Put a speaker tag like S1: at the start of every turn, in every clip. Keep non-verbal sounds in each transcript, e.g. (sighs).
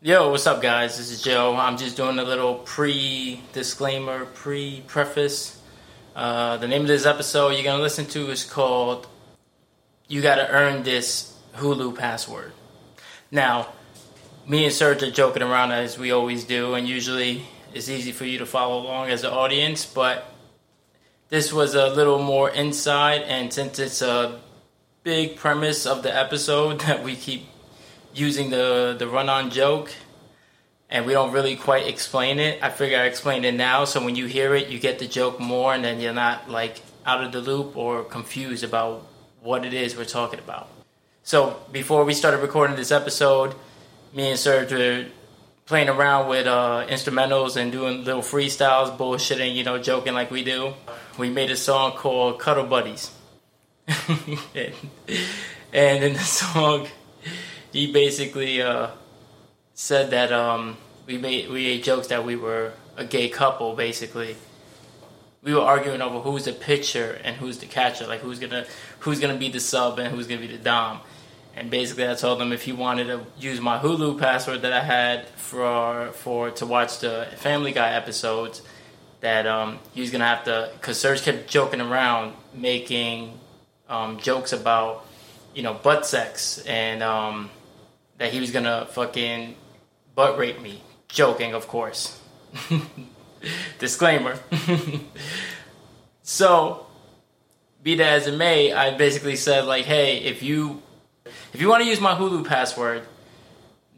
S1: Yo, what's up, guys? This is Joe. I'm just doing a little pre disclaimer, pre preface. Uh, the name of this episode you're going to listen to is called You Gotta Earn This Hulu Password. Now, me and Serge are joking around as we always do, and usually it's easy for you to follow along as an audience, but this was a little more inside, and since it's a big premise of the episode (laughs) that we keep using the the run on joke and we don't really quite explain it. I figure I explained it now so when you hear it you get the joke more and then you're not like out of the loop or confused about what it is we're talking about. So before we started recording this episode, me and Serge were playing around with uh, instrumentals and doing little freestyles, bullshitting, you know, joking like we do. We made a song called Cuddle Buddies. (laughs) and, and in the song he basically uh, said that um, we made we made jokes that we were a gay couple. Basically, we were arguing over who's the pitcher and who's the catcher, like who's gonna who's gonna be the sub and who's gonna be the dom. And basically, I told him if he wanted to use my Hulu password that I had for for to watch the Family Guy episodes, that um, he was gonna have to because Serge kept joking around, making um, jokes about you know butt sex and um, that he was gonna fucking butt rape me. Joking, of course. (laughs) Disclaimer. (laughs) so, be that as it may, I basically said like, hey, if you if you want to use my Hulu password,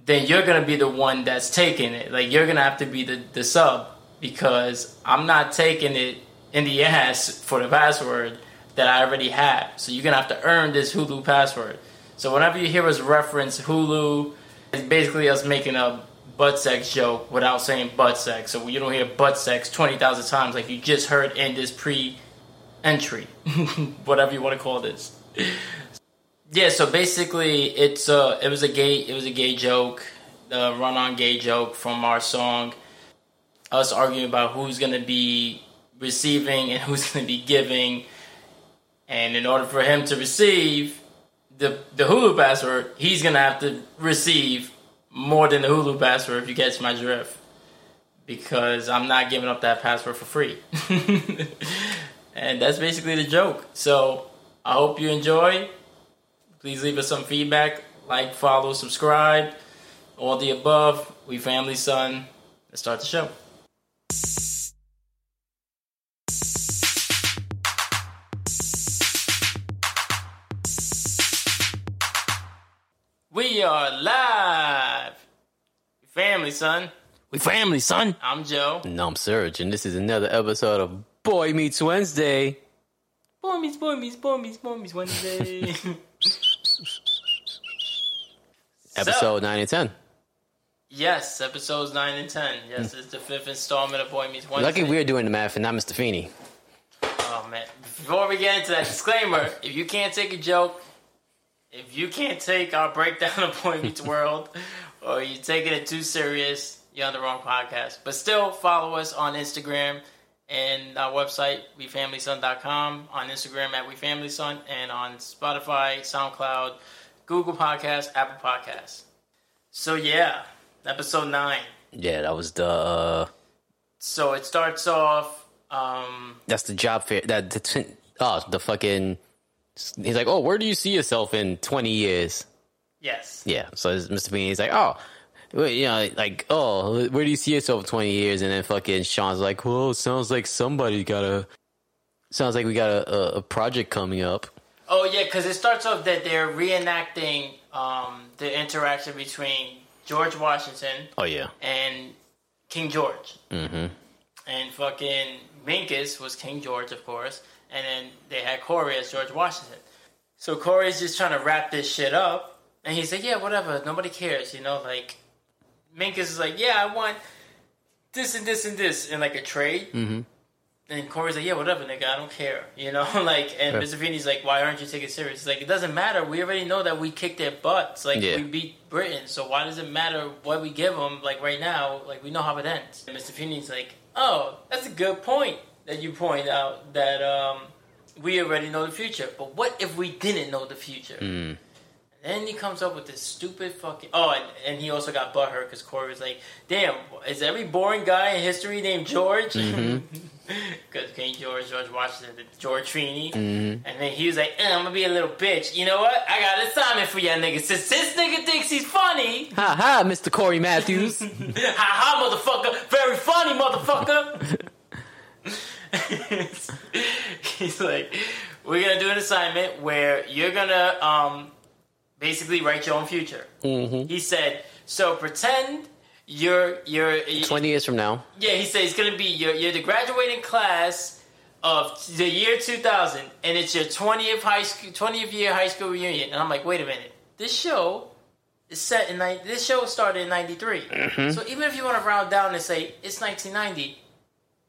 S1: then you're gonna be the one that's taking it. Like you're gonna have to be the, the sub because I'm not taking it in the ass for the password that I already have. So you're gonna have to earn this Hulu password. So whenever you hear us reference Hulu, it's basically us making a butt sex joke without saying butt sex. So you don't hear butt sex twenty thousand times like you just heard in this pre entry. (laughs) Whatever you wanna call this. Yeah, so basically, it's uh, it was a gay it was a gay joke, the run on gay joke from our song. Us arguing about who's gonna be receiving and (laughs) who's gonna be giving, and in order for him to receive the the Hulu password, he's gonna have to receive more than the Hulu password. If you catch my drift, because I'm not giving up that password for free, (laughs) and that's basically the joke. So I hope you enjoy please leave us some feedback like follow subscribe all the above we family son let's start the show we are live We family son
S2: We family, son.
S1: i'm joe
S2: And I'm Serge, and this is another episode of Boy Meets Wednesday.
S1: Bombies, bombies, bombies, bombies Wednesday.
S2: (laughs) Episode 9 and 10.
S1: yes, episodes 9 and 10. Yes, it's the fifth installment of Boy Meets Wednesday.
S2: Lucky we're doing the math and not Mr. Feeney.
S1: Oh man! Before we get into that disclaimer, if you can't take a joke, if you can't take our breakdown of Boy Meets World, or you're taking it too serious, you're on the wrong podcast. But still, follow us on Instagram and our website, WeFamilySon.com, on Instagram at WeFamilySon, and on Spotify, SoundCloud, Google Podcasts, Apple Podcasts. So yeah, episode nine.
S2: Yeah, that was the. Uh,
S1: So it starts off. Um,
S2: that's the job fair. That the t- oh the fucking. He's like, oh, where do you see yourself in twenty years?
S1: yes.
S2: Yeah. So it's Mr. Bean, he's like, oh, well, you know, like, oh, where do you see yourself in twenty years? And then fucking Sean's like, well, it sounds like somebody got a. Sounds like we got a, a, a project coming up.
S1: Oh yeah, because it starts off that they're reenacting um, the interaction between George Washington
S2: Oh yeah.
S1: and King George. Mm-hmm. And fucking Minkus was King George, of course, and then they had Corey as George Washington. So Corey's just trying to wrap this shit up, and he's like, "Yeah, whatever. Nobody cares, you know." Like Minkus is like, "Yeah, I want this and this and this in like a trade." Mm-hmm. And Corey's like, "Yeah, whatever, nigga. I don't care," (laughs) you know. like, and
S2: Yeah.
S1: Mr. Feeney's like, "Why aren't you taking it serious?" He's like, "It doesn't matter. We already know that we kicked their butts. Like,
S2: Yeah.
S1: we beat Britain. So why does it matter what we give them? Like right now, like we know how it ends." And Mr. Feeney's like, "Oh, that's a good point that you point out
S2: Mm.
S1: that um, we already know the future. But what if we didn't know the future?" Then he comes up with this stupid fucking. Oh, and, and he also got butthurt because Corey was like, "Damn, is every boring guy in history named George?" Because (laughs) King George, George Washington, George Trini, and then he was like, eh, "I'm gonna be a little bitch." You know what? I got an assignment for y'all niggas. Since this nigga thinks he's funny,
S2: Ha ha, Mr.
S1: (laughs)
S2: Corey Matthews.
S1: ha ha, motherfucker, very funny, motherfucker. (laughs) He's like, we're gonna do an assignment where you're gonna um, basically write your own future.
S2: mm-hmm.
S1: He said, so pretend you're you're
S2: Twenty years from now,
S1: yeah. He said it's gonna be you're, you're the graduating class of the year 2000, and it's your 20th high school 20th year high school reunion. And I'm like, wait a minute, this show is set in ni- this show started in 93 so even if you want to round down and say it's 1990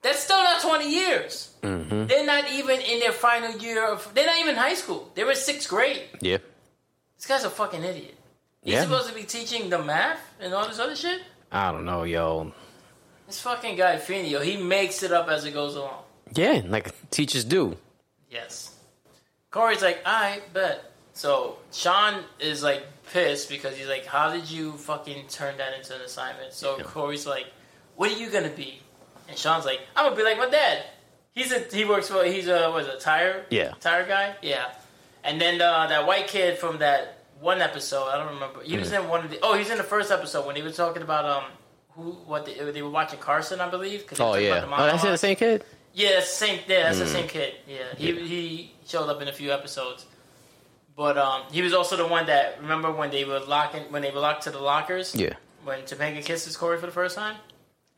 S1: that's still not 20 years they're not even in their final year of they're not even in high school they were sixth grade
S2: yeah,
S1: this guy's a fucking idiot he's
S2: Yeah.
S1: supposed to be teaching the math and all this other shit
S2: I don't know, yo.
S1: this fucking guy Feeney, yo, he makes it up as it goes along
S2: Yeah, like teachers do.
S1: Yes. Corey's like, I bet. So Sean is like pissed because he's like, How did you fucking turn that into an assignment? So Corey's like, What are you gonna be? And Sean's like, I'm gonna be like my dad. He's a he works for he's a was a tire
S2: Yeah. Oh,
S1: tire guy yeah. And then uh, that white kid from that one episode I don't remember he
S2: Hmm.
S1: was in one of the oh he's in the first episode when they were talking about um who what they, they were watching Carson I believe 'cause they were
S2: Oh
S1: talking about
S2: yeah.
S1: the
S2: Oh, that's the
S1: monologue.
S2: same kid.
S1: Yeah, that's the same. Yeah, that's the same kid. Yeah, he he showed up in a few episodes, but um, he was also the one that remember when they were locking when they were locked to the lockers.
S2: Yeah.
S1: When Topanga kisses Corey for the first time,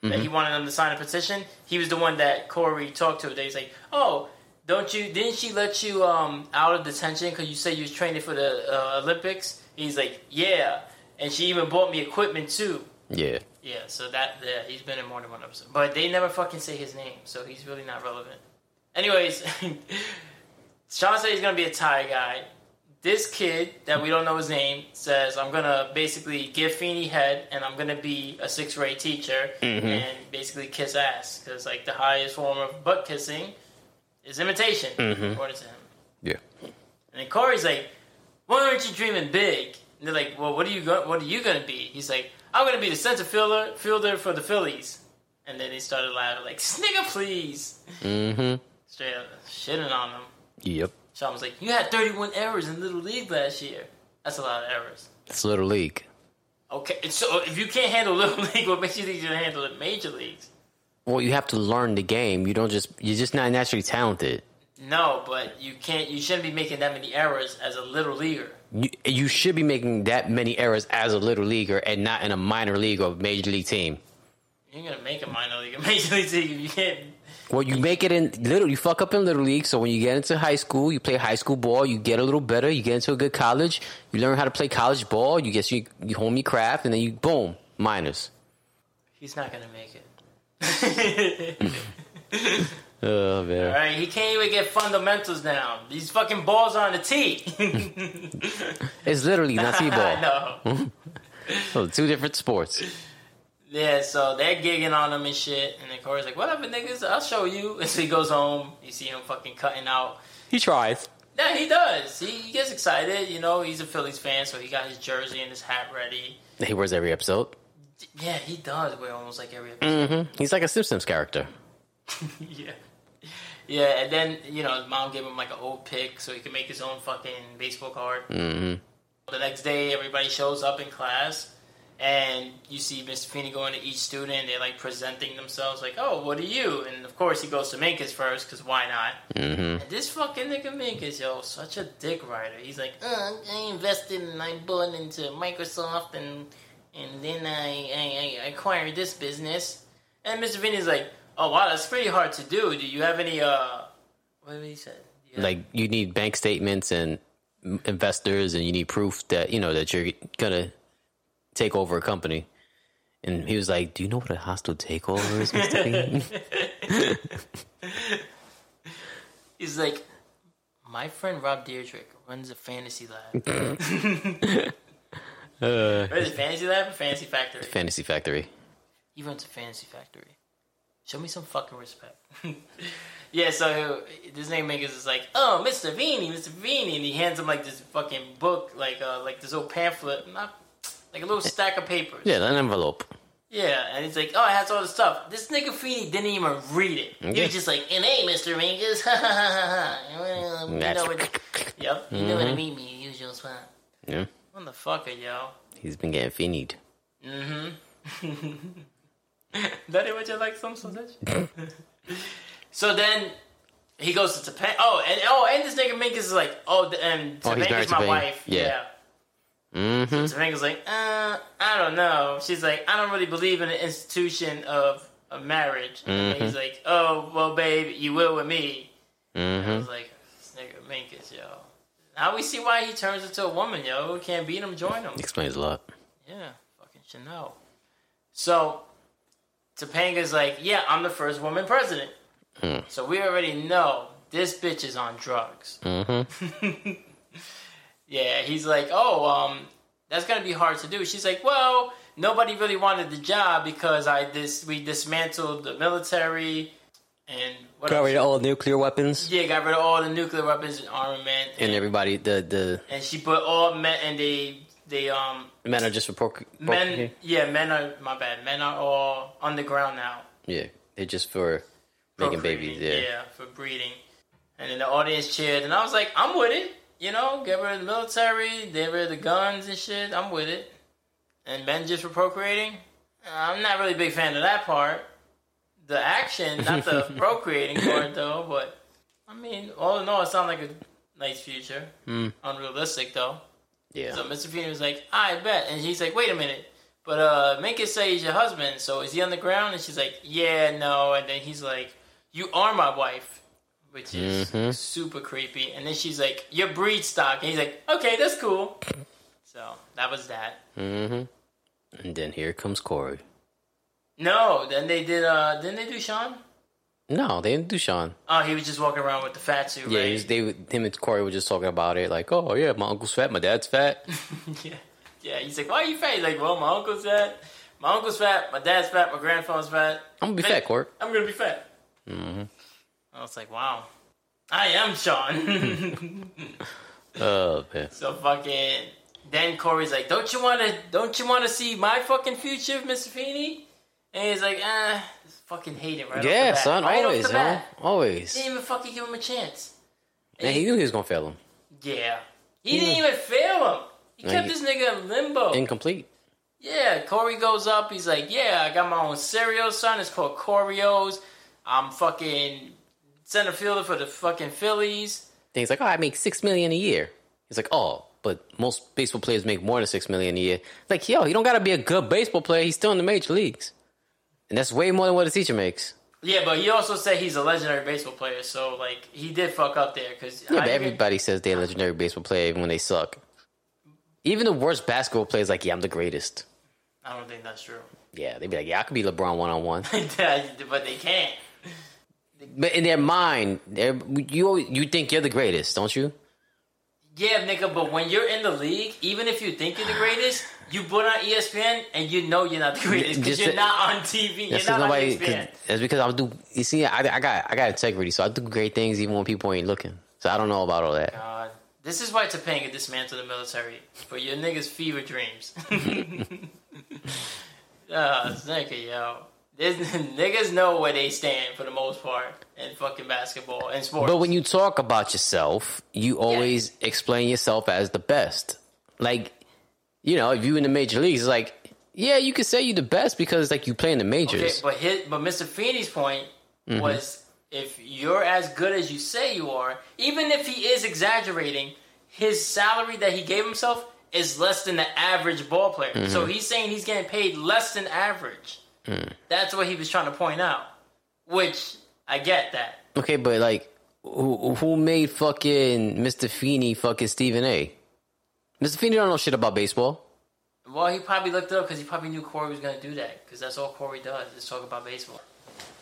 S1: that he wanted them to sign a petition. He was the one that Corey talked to. They was like, "Oh, don't you? Didn't she let you um out of detention because you said you was training for the uh, Olympics?" He's like, "Yeah," and she even bought me equipment too.
S2: Yeah.
S1: Yeah, so that yeah, he's been in more than one episode, but they never fucking say his name, so he's really not relevant. Anyways, (laughs) Sean said he's gonna be a Thai guy. This kid that we don't know his name says, "I'm gonna basically give Feeny head, and I'm gonna be a sixth grade teacher, and basically kiss ass, because like the highest form of butt kissing is imitation, according to him."
S2: Yeah.
S1: And then Corey's like, "Why aren't you dreaming big?" And they're like, "Well, what are you go- what are you gonna be?" He's like, "I'm gonna be the center fielder fielder for the Phillies." And then they started laughing like, "Snigger, please!"
S2: Mm-hmm.
S1: Straight up shitting on him.
S2: Yep.
S1: Sean was like, "You had 31 errors in little league last year. That's a lot of errors."
S2: It's little league.
S1: Okay, and so if you can't handle little (laughs) league, what makes you think you can handle the major leagues?
S2: Well, you have to learn the game. You don't just. You're just not naturally talented.
S1: No, but you can't. You shouldn't be making that many errors as a little leaguer.
S2: You, you should be making that many errors as a little leaguer and not in a minor league or major league team.
S1: You're gonna make a minor league, a major league team. if You can't
S2: Well, you make it in little. You fuck up in little league. So when you get into high school, you play high school ball. You get a little better. You get into a good college. You learn how to play college ball. You get you, you home your craft, and then you boom minors.
S1: He's not gonna make it. (laughs)
S2: Oh
S1: All
S2: man,
S1: right, he can't even get fundamentals down. These fucking balls are on the tee. (laughs)
S2: it's literally (laughs) not
S1: I
S2: t-ball.
S1: know.
S2: Oh, two different sports.
S1: Yeah, so they're gigging on him and shit. And then Corey's like, "Whatever, niggas, I'll show you." (laughs) And so he goes home. You see him fucking cutting out.
S2: He tries.
S1: Yeah, he does. He, he gets excited. You know, he's a Phillies fan, so he got his jersey and his hat ready.
S2: He wears every episode.
S1: Yeah, he does wear almost like every episode.
S2: hmm He's like a Simpsons character.
S1: (laughs) yeah. Yeah, and then, you know, his mom gave him like an old pick so he could make his own fucking baseball card.
S2: Mhm.
S1: The next day, everybody shows up in class, and you see Mr. Feeney going to each student. They're like presenting themselves, like, oh, what are you? And of course, he goes to Minkus first, because why not?
S2: hmm
S1: And this fucking nigga Minkus, yo, such a dick rider. He's like, uh, I invested and I bought into Microsoft and and then I, I, I acquired this business. And Mr. Vinny's like, oh wow, that's pretty hard to do. Do you have any, uh, what did he say? Do you have-
S2: Like you need bank statements and m- investors, and you need proof that you know that you're gonna take over a company. And he was like, "Do you know what a hostile takeover is, Mister Bean?"
S1: He's like, my friend Rob Deirdrick runs a fantasy lab.
S2: uh,
S1: What is it, fantasy lab or fantasy factory?
S2: Fantasy Factory.
S1: He runs a fantasy factory. Show me some fucking respect. (laughs) yeah, so he- this name maker is like, oh, Mr. Vini, Mr. Vini, and he hands him like this fucking book, like uh, like this little pamphlet, not like a little stack of papers.
S2: Yeah, that envelope.
S1: Yeah, and he's like, oh, it has all the stuff. This nigga Feeney didn't even read it. He
S2: Yeah.
S1: was just like, and hey, Mr. (laughs) Mingus, ha ha ha ha ha. You know where to- Yep, you know where to meet me, your usual spot.
S2: Yeah,
S1: Motherfucker, yo.
S2: he's been getting finied. Mm-hmm.
S1: (laughs) Daddy, would you like some
S2: (laughs)
S1: sausage? so then he goes to Topanga. Oh, and oh, and this nigga Minkus is like, oh, th- and
S2: Oh, he's
S1: Topanga's
S2: married to
S1: my
S2: Topanga.
S1: wife.
S2: Yeah.
S1: yeah.
S2: Mm-hmm.
S1: Topanga's like, uh, I don't know. She's like, I don't really believe in the institution of, of marriage. And
S2: Mm-hmm.
S1: he's like, oh, well, babe, you will with me. I
S2: Mm-hmm.
S1: was like, this nigga Minkus, yo. Now we see why he turns into a woman, yo. We can't beat him, join him.
S2: Explains a lot.
S1: Yeah, fucking Chanel. So Topanga's like, yeah, I'm the first woman president.
S2: Hmm.
S1: So we already know this bitch is on drugs.
S2: Mm-hmm.
S1: (laughs) Yeah, he's like, oh, um, that's gonna be hard to do. She's like, well, nobody really wanted the job because I dis we dismantled the military and what
S2: Got
S1: else?
S2: rid of all nuclear weapons
S1: Yeah, got rid of all the nuclear weapons and armament,
S2: and everybody. The
S1: and she put all men and they they um
S2: the men are just for proc- proc-
S1: men yeah men are my bad men are all underground now.
S2: Yeah, they're just for making babies. Yeah.
S1: Procreating, for breeding. And then the audience cheered, and I was like, I'm with it. You know, get rid of the military, get rid of the guns and shit. I'm with it. And men just for procreating. I'm not really a big fan of that part. The action, not
S2: (laughs)
S1: the procreating part though. But I mean, all in all, it sounded like a nice future.
S2: Hmm.
S1: Unrealistic though.
S2: yeah,
S1: So Mr. Feeney was like, I bet. And he's like, wait a minute. But uh, Minkus say he's your husband, so is he on the ground? And she's like, yeah, no. And then he's like, you are my wife, which is
S2: Mhm.
S1: super creepy. And then she's like, you're breed stock. And he's like, okay, that's cool. So that was that.
S2: Mm-hmm. And then here comes Corey.
S1: No, then they did, uh, didn't they do Sean?
S2: No, they didn't do Sean.
S1: Oh, he was just walking around with the fat suit,
S2: Yeah,
S1: right? (laughs)
S2: he's, they him and Corey were just talking about it, like, oh yeah, my uncle's fat, my dad's fat.
S1: yeah. yeah, he's like, why are you fat? He's like, well, my uncle's fat. My uncle's fat, my dad's fat, my grandfather's fat.
S2: I'm gonna be
S1: Hey.
S2: fat, Corey.
S1: I'm gonna be fat.
S2: Mm-hmm.
S1: I was like, wow, I am Sean. (laughs)
S2: Oh man,
S1: so fucking. Then Corey's like, don't you wanna, don't you wanna see my fucking future, Mr. Feeney? And he's like, ah, fucking hate it right off the
S2: yeah,
S1: bat.
S2: son,
S1: Right off
S2: always,
S1: the
S2: huh?
S1: bat.
S2: Always.
S1: Didn't even fucking give him a chance.
S2: Man, he knew he was gonna fail him.
S1: Yeah, he didn't even fail him. He
S2: No,
S1: kept
S2: he-
S1: this nigga in limbo.
S2: Incomplete.
S1: Yeah, Corey goes up. He's like, "Yeah, I got my own cereal, son. It's called Corio's. I'm fucking center fielder for the fucking Phillies."
S2: Then he's like, oh, I make six million a year. He's like, oh, but most baseball players make more than six million a year. Like, yo, he don't gotta be a good baseball player. He's still in the major leagues, and that's way more than what his teacher makes.
S1: Yeah, but he also said he's a legendary baseball player, so like he did fuck up there because
S2: Yeah, but everybody says they're a legendary baseball player even when they suck. Even the worst basketball players, like, yeah, I'm the greatest.
S1: I don't think that's true. (laughs)
S2: Yeah, they'd be like, yeah, I could be LeBron one on one.
S1: but they can't.
S2: (laughs) But in their mind, they're- you always- you think you're the greatest, don't you?
S1: Yeah, nigga. But when you're in the league, even if you think you're the greatest, you put on E ESPN and you know you're not the greatest because
S2: Just
S1: you're
S2: the-
S1: not on TV. You're
S2: That's
S1: not
S2: because nobody.
S1: on E ESPN.
S2: 'cause- that's because I do. You see, I, I got I got integrity, so I do great things even when people ain't looking. So I don't know about all that.
S1: God. This is why Topanga dismantled the military for your niggas' fever dreams. Ah, nigga, yo. There's, (laughs) niggas know where they stand for the most part in fucking basketball and sports.
S2: But when you talk about yourself, you always explain yourself as the best. Like, you know, if you in the major leagues, it's like, yeah, you could say you the best because like you play in the
S1: okay,
S2: majors.
S1: but his, but Mr. Feeney's point was if you're as good as you say you are, even if he is exaggerating, his salary that he gave himself is less than the average ball player. So he's saying he's getting paid less than average. That's what he was trying to point out. Which I get that.
S2: Okay, but like, who who made fucking Mr. Feeney fucking Stephen A? Mr. Feeney don't know shit about baseball.
S1: Well, he probably looked it up because he probably knew Corey was going to do that because that's all Corey does is talk about baseball.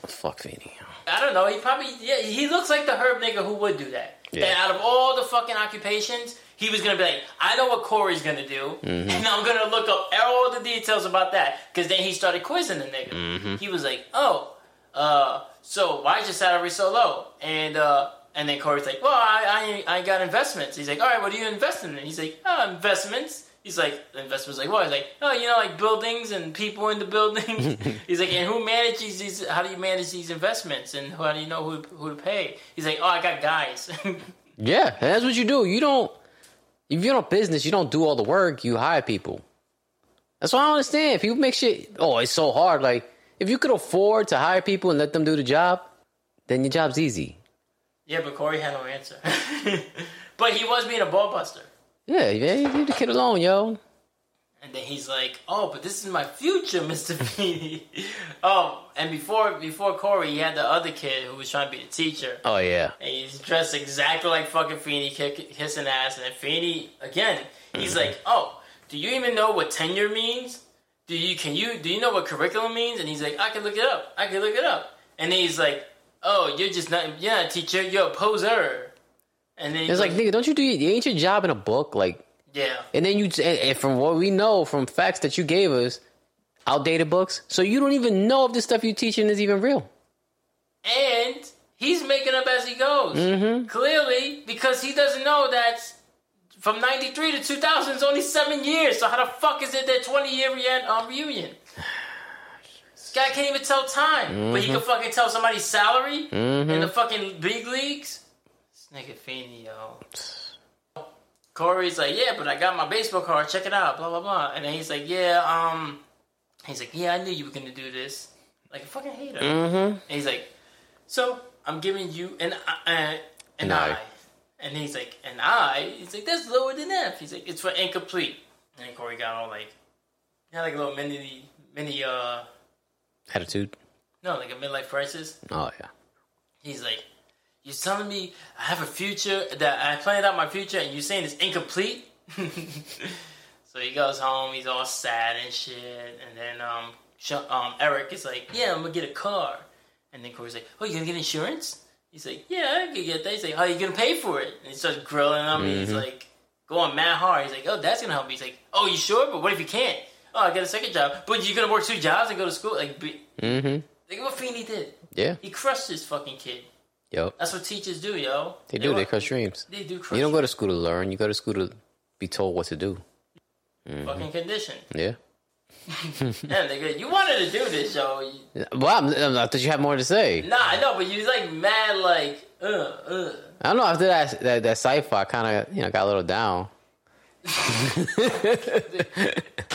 S2: Fuck Feeney.
S1: I don't know. He probably yeah. He looks like the herb nigga who would do that.
S2: Yeah.
S1: That out of all the fucking occupations, he was gonna be like, I know what Corey's gonna do, and I'm gonna look up all the details about that. Because then he started quizzing the nigga. He was like, Oh, uh, so why is your salary so low? And uh, and then Corey's like, well, I, I I got investments. He's like, all right, what are you investing in? He's like, oh, investments. He's like, investments like what? He's like, oh, you know, like buildings and people in the buildings. He's like, and who manages these? How do you manage these investments? And how do you know who who to pay? He's like, oh, I got guys. (laughs)
S2: Yeah, and that's what you do. You don't if you're in a business, you don't do all the work. You hire people. That's why I don't understand. People make shit. Oh, it's so hard. Like if you could afford to hire people and let them do the job, then your job's easy.
S1: yeah, but Corey had no answer. (laughs) but he was being a ball buster.
S2: Yeah, yeah. You leave the kid alone, yo.
S1: And then he's like, "Oh, but this is my future, (laughs) Mister Beatty." oh, and before before Corey, he had the other kid who was trying to be the teacher,
S2: Oh yeah.
S1: and he's dressed exactly like fucking Feeny, kissing ass. And then Feeny again, he's like, "Oh, do you even know what tenure means? Do you can you do you know what curriculum means?" And he's like, "I can look it up. I can look it up." And then he's like, "Oh, you're just not you're not a teacher. You're a poser." And then he's
S2: It's like nigga, don't you do? Ain't your job in a book? Like,
S1: "Yeah."
S2: and then you and, and from what we know from facts that you gave us, outdated books. So you don't even know if this stuff you teaching is even real.
S1: and he's making up as he goes. Clearly, because he doesn't know that from '93 to 2000 is only seven years. So how the fuck is it their 20 year re- um, reunion? This guy can't even tell time, but he can fucking tell somebody's salary
S2: Mm-hmm.
S1: in the fucking big leagues. This nigga Feeney, yo. Corey's like, yeah, but I got my baseball card. Check it out, blah blah blah. And then he's like, yeah, um, he's like, yeah, I knew you were gonna do this. Like a fucking hater.
S2: Mm-hmm.
S1: And he's like, so I'm giving you an uh, an
S2: An
S1: I.
S2: I.
S1: And he's like, an I. He's like, that's lower than F. He's like, it's for incomplete. And then Corey got all like, he had like a little mini mini uh
S2: Attitude.
S1: no like a midlife crisis.
S2: Oh yeah.
S1: He's like, you're telling me I have a future that I planned out my future, and you're saying it's incomplete. (laughs) so he goes home. He's all sad and shit. And then um, Sh- um, Eric is like, yeah, I'm gonna get a car. And then Corey's like, oh, you gonna get insurance? He's like, yeah, I could get that. He's like, how you gonna pay for it? And he starts grilling him. and He's like, going mad hard. He's like, oh, that's gonna help me. He's like, oh, you sure? But what if you can't? Oh, I got a second job. But you're gonna work two jobs and go to school? Like, be-
S2: Mm-hmm.
S1: like what Feeny did.
S2: Yeah.
S1: He crushed this fucking kid.
S2: Yo.
S1: That's what teachers do, yo.
S2: They do. They
S1: want-
S2: crush dreams.
S1: They do crush.
S2: You don't go to school to learn. You go to school to be told what to do. (laughs)
S1: fucking condition.
S2: Yeah.
S1: Damn, nigga, you wanted to do this, yo. You-
S2: Well, I'm, I'm, I thought you had more to say.
S1: Nah, I know, but you was like mad, like uh, uh.
S2: I don't know. After that, that, that cipher, I kind of you know got a little down. (laughs)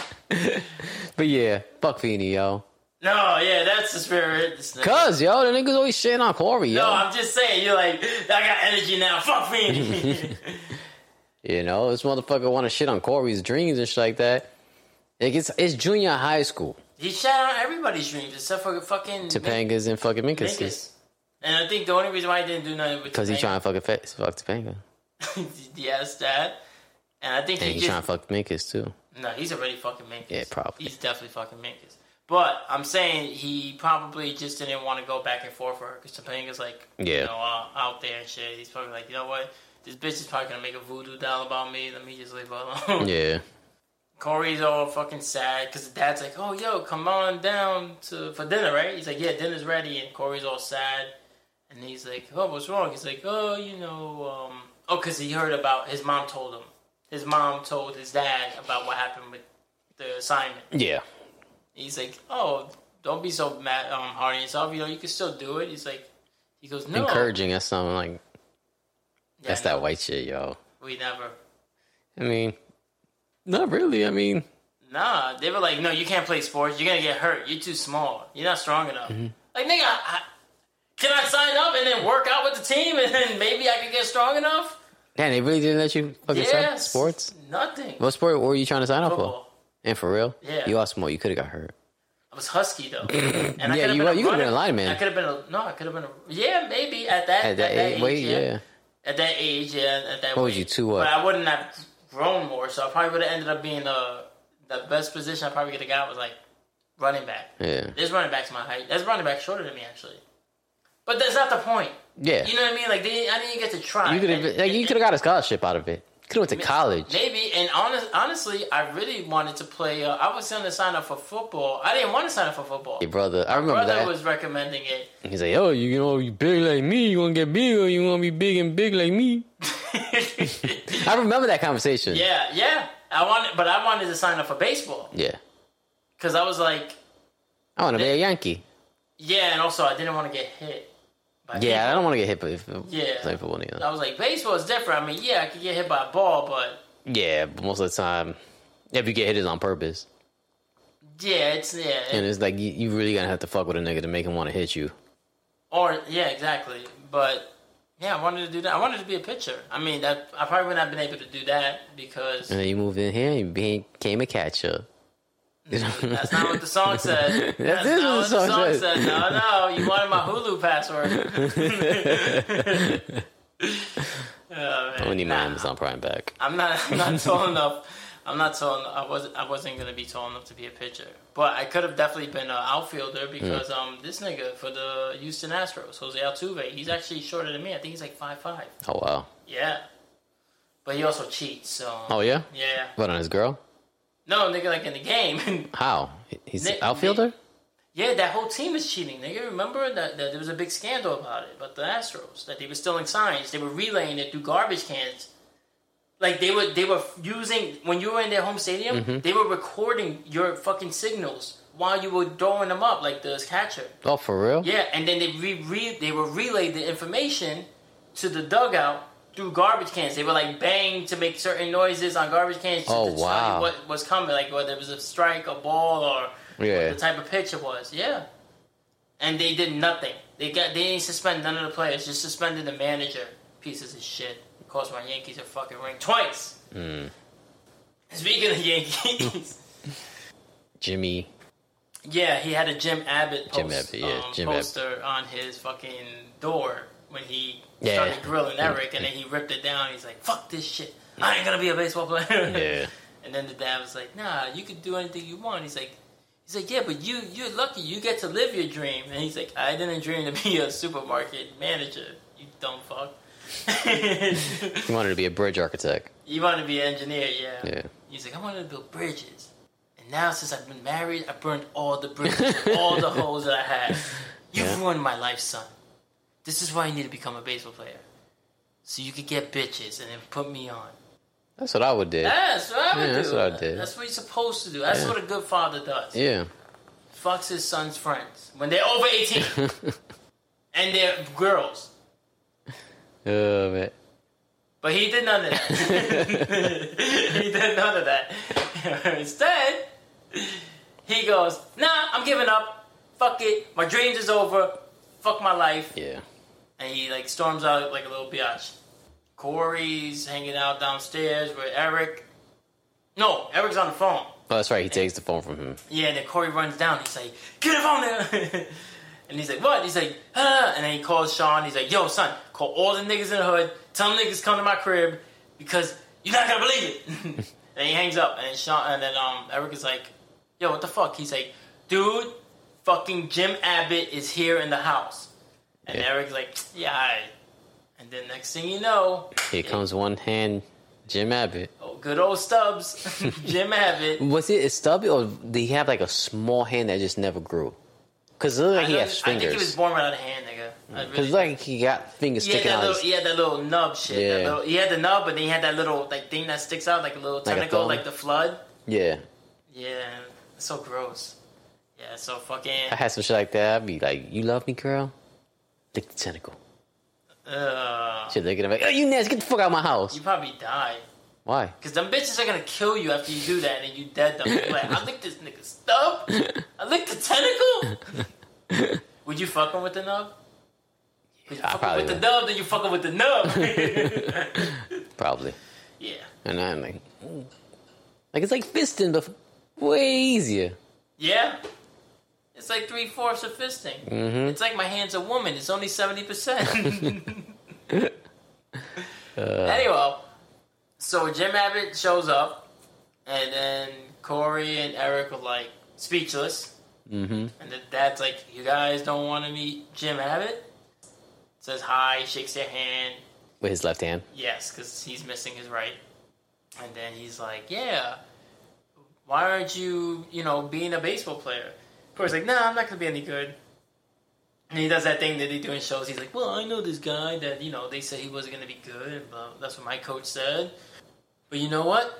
S2: but yeah, fuck Feeney, yo.
S1: No, yeah, that's the spirit. This nigga.
S2: Cause yo, the niggas always shitting on Corey, yo.
S1: No, I'm just saying. You're like, I got energy now. Fuck
S2: (laughs)
S1: me.
S2: You know, this motherfucker want to shit on Corey's dreams and shit like that. Like it's it's junior high school.
S1: he shot on everybody's dreams except for fucking
S2: Topanga's and fucking Minkus
S1: niggas. And I think the only reason why he didn't do nothing with
S2: because
S1: (laughs)
S2: he trying to fucking fa- fuck Topanga
S1: trying. yes, that. And I think
S2: and
S1: he
S2: he
S1: just
S2: trying to fuck Minkus too.
S1: No, he's already fucking Minkus.
S2: Yeah, probably.
S1: He's definitely fucking Minkus. But I'm saying he probably just didn't want to go back and forth for her because Topanga's like, you
S2: Yeah.
S1: know, uh, out there and shit. He's probably like, you know what? This bitch is probably gonna make a voodoo doll about me. Let me just leave her alone.
S2: Yeah,
S1: Corey's all fucking sad because dad's like, oh yo, come on down to for dinner, right? He's like, yeah, dinner's ready, and Corey's all sad, and he's like, oh, what's wrong? He's like, oh, you know, um, oh, because he heard about his mom told him. His mom told his dad about what happened with the assignment.
S2: yeah.
S1: He's like, oh, don't be so mad, um, hard on yourself. You know, you can still do it. He's like, he goes, no,
S2: Encouraging us something like
S1: Yeah,
S2: that's
S1: no,
S2: that white shit, yo.
S1: We never.
S2: I mean, not really. I mean,
S1: Nah, they were like, no, you can't play sports. You're gonna get hurt. You're too small. You're not strong enough.
S2: Mm-hmm.
S1: Like, nigga, I, I, can I sign up and then work out with the team and then maybe I can get strong enough?
S2: man, they really didn't let you fucking sign
S1: Yeah,
S2: up for sports.
S1: Nothing.
S2: What sport were you trying to sign up for?
S1: Football.
S2: And for real,
S1: Yeah.
S2: you are small. You could have got hurt.
S1: I was husky
S2: (clears throat)
S1: though, and I
S2: Yeah,
S1: could've been
S2: you
S1: a
S2: were- you could've been
S1: runner.
S2: a lineman.
S1: I could have been a no. I could have been a yeah, maybe at that
S2: At that, age, wait, yeah.
S1: At that age, yeah. At that
S2: What was
S1: weight.
S2: you, two what?
S1: But I wouldn't have grown more, so I probably would have ended up being uh the best position I probably could have got was like running back.
S2: yeah,
S1: This running back's my height. That's running back shorter than me actually. But that's not the point.
S2: yeah.
S1: You know what I mean? Like they, I didn't even get to try.
S2: You could have, like, you could have got a scholarship out of it. could have went to college.
S1: Maybe, and honest, honestly, I really wanted to play. Uh, I was going to sign up for football. I didn't want to sign up for football.
S2: Your brother, I remember
S1: Brother
S2: that.
S1: was recommending it. (laughs)
S2: He's like, "Oh, you know, you big like me. You want to get big, or you want to be big and big
S1: (laughs)
S2: like me." I remember that conversation.
S1: yeah, yeah. I wanted, but I wanted to sign up for baseball
S2: Yeah.
S1: because I was like,
S2: I want to be a Yankee.
S1: yeah, and also I didn't want to get hit. By
S2: Yeah, I don't want to get hit by by
S1: Yeah.
S2: playing football
S1: people.
S2: neither.
S1: I was like, baseball is different. I mean, yeah, I could get hit by a ball, but
S2: Yeah, but most of the time, if you get hit, it's on purpose,
S1: yeah, it's yeah,
S2: and it's like you, you really gonna have to fuck with a nigga to make him want to hit you.
S1: or yeah, exactly. But yeah, I wanted to do that. I wanted to be a pitcher. I mean, that I probably would not have been able to do that
S2: (laughs)
S1: because
S2: And then you moved in here and you became a catcher.
S1: That's not what the song said.
S2: (laughs) That
S1: That's
S2: is
S1: not
S2: what
S1: what
S2: the
S1: the
S2: song
S1: song
S2: said.
S1: said. No, no, you wanted my Hulu password. oh, man.
S2: I need my
S1: Nah,
S2: Amazon Prime back.
S1: I'm not. I'm
S2: (laughs)
S1: not tall enough. I'm not tall. Enough. I was. I wasn't gonna be tall enough to be a pitcher, but I could have definitely been an outfielder because um this nigga for the Houston Astros, Jose Altuve, he's actually shorter than me. I think he's like five five.
S2: Oh wow.
S1: Yeah, but he also cheats. So
S2: Oh yeah.
S1: yeah,
S2: What on his girl?
S1: no nigga like in the game. (laughs)
S2: How? He's
S1: Nick-
S2: an outfielder.
S1: Yeah, that whole team is cheating. Nigga, remember that, that there was a big scandal about it, about the Astros, that they were stealing signs. They were relaying it through garbage cans. Like they were, they were using when you were in their home stadium,
S2: Mm-hmm.
S1: they were recording your fucking signals while you were throwing them up, like the catcher.
S2: Oh for real?
S1: Yeah, and then they re, re they were relayed the information to the dugout through garbage cans. They were like bang to make certain noises on garbage cans to,
S2: Oh,
S1: to tell
S2: wow.
S1: you what was coming, like whether it was a strike, a ball, or
S2: Yeah.
S1: the type of pitch it was. Yeah, and they did nothing. They got they didn't suspend none of the players. Just suspended the manager. Pieces of shit. Cost my Yankees a fucking ring twice.
S2: Mm.
S1: Speaking of
S2: (laughs)
S1: Yankees,
S2: Jimmy.
S1: yeah, he had a Jim Abbott, post,
S2: Jim Abbott, yeah,
S1: um,
S2: Jim Abbott.
S1: poster on his fucking door when he
S2: Yeah.
S1: started grilling Eric, and then he ripped it down. He's like, "Fuck this shit! I ain't gonna be a baseball player." (laughs)
S2: Yeah.
S1: And then the dad was like, "Nah, you can do anything you want." He's like, "He's like, yeah, but you you're lucky. You get to live your dream." And he's like, "I didn't dream to be a supermarket manager. You dumb fuck. (laughs)
S2: He wanted to be a bridge architect.
S1: you want to be an engineer, yeah."
S2: Yeah.
S1: He's like, "I wanted to build bridges, and now since I've been married, I burned all the bridges, all the holes that I had. You
S2: Yeah.
S1: ruined my life, son. This is why you need to become a baseball player, so you could get bitches and then put me on."
S2: That's what I would do.
S1: That's what I would
S2: Yeah,
S1: do.
S2: that's what I did.
S1: That's what you're supposed to do. That's
S2: Yeah.
S1: what a good father does.
S2: (laughs) Yeah.
S1: Fucks his son's friends when they're over 18
S2: (laughs)
S1: and they're girls.
S2: Oh man.
S1: But he did none of
S2: (laughs)
S1: that. (laughs) he did none of that. (laughs) Instead, he goes, nah, I'm giving up. Fuck it. My dreams is over. Fuck my life.
S2: Yeah.
S1: and he like storms out like a little biatch. Corey's hanging out downstairs with Eric. No, Eric's on the phone.
S2: Oh, that's right. He takes the phone from him.
S1: Yeah, and then Corey runs down. He's like, "Get the phone there!" (laughs) and he's like, "What?" He's like, "Ah!" And then he calls Sean. He's like, "Yo, son, call all the niggas in the hood. Tell them niggas come to my crib because you're not gonna believe it." (laughs) and he hangs up. And Sean, and then um, Eric is like, "Yo, what the fuck?" He's like, "Dude, fucking Jim Abbott is here in the house." And
S2: Yeah.
S1: Eric's like, "Yeah." alright." And then next thing you know,
S2: Here comes one hand, Jim Abbott.
S1: oh, good old Stubbs, (laughs) Jim Abbott.
S2: Was it a stubby or did he have like a small hand that just never grew? Because it looked like
S1: I,
S2: he
S1: know-
S2: has
S1: I think he was
S2: fingers.
S1: born without a hand, nigga. I
S2: Because
S1: really-
S2: like he got fingers
S1: He had,
S2: sticking
S1: that
S2: out.
S1: little, e
S2: his-
S1: he had that little nub shit. that
S2: Yeah.
S1: little- he had the nub, but then he had that little like thing that sticks out, like a little
S2: a
S1: tentacle,
S2: thumb?
S1: like, the flood.
S2: yeah.
S1: Yeah, it's so gross. Yeah, it's so fucking.
S2: I had some shit like that. I'd be like, "You love me, girl." Lick the tentacle.
S1: Ugh.
S2: Shit, looking at me like, "Oh, you nasty! Get the fuck out of my house."
S1: You probably die.
S2: Why? (laughs)
S1: Because them bitches are gonna kill you after you do that and you dead them. You're like, I licked this nigga's stub. I licked the tentacle. Would you fuck him with the nub? Would you
S2: I
S1: fuck him
S2: probably
S1: with the
S2: would.
S1: nub, then you fuck him with the nub.
S2: (laughs)
S1: (laughs)
S2: Probably.
S1: yeah.
S2: And I'm like, "Mm." like it's like fisting, but way easier.
S1: Yeah. It's like three fourths of fisting.
S2: Mm-hmm.
S1: It's like my hand's a woman. It's only seventy percent. (laughs) Anyway, so Jim Abbott shows up, and then Corey and Eric are like speechless,
S2: Mm-hmm.
S1: and the dad's like, "You guys don't want to meet Jim Abbott?" Says hi, shakes their hand,
S2: With his left hand.
S1: yes, because he's missing his right. And then he's like, yeah, why aren't you, you know, being a baseball player? Corey's like, nah, I'm not gonna be any good. And he does that thing that they do in shows. He's like, well, I know this guy that you know they said he wasn't gonna be good, and blah, that's what my coach said. But you know what?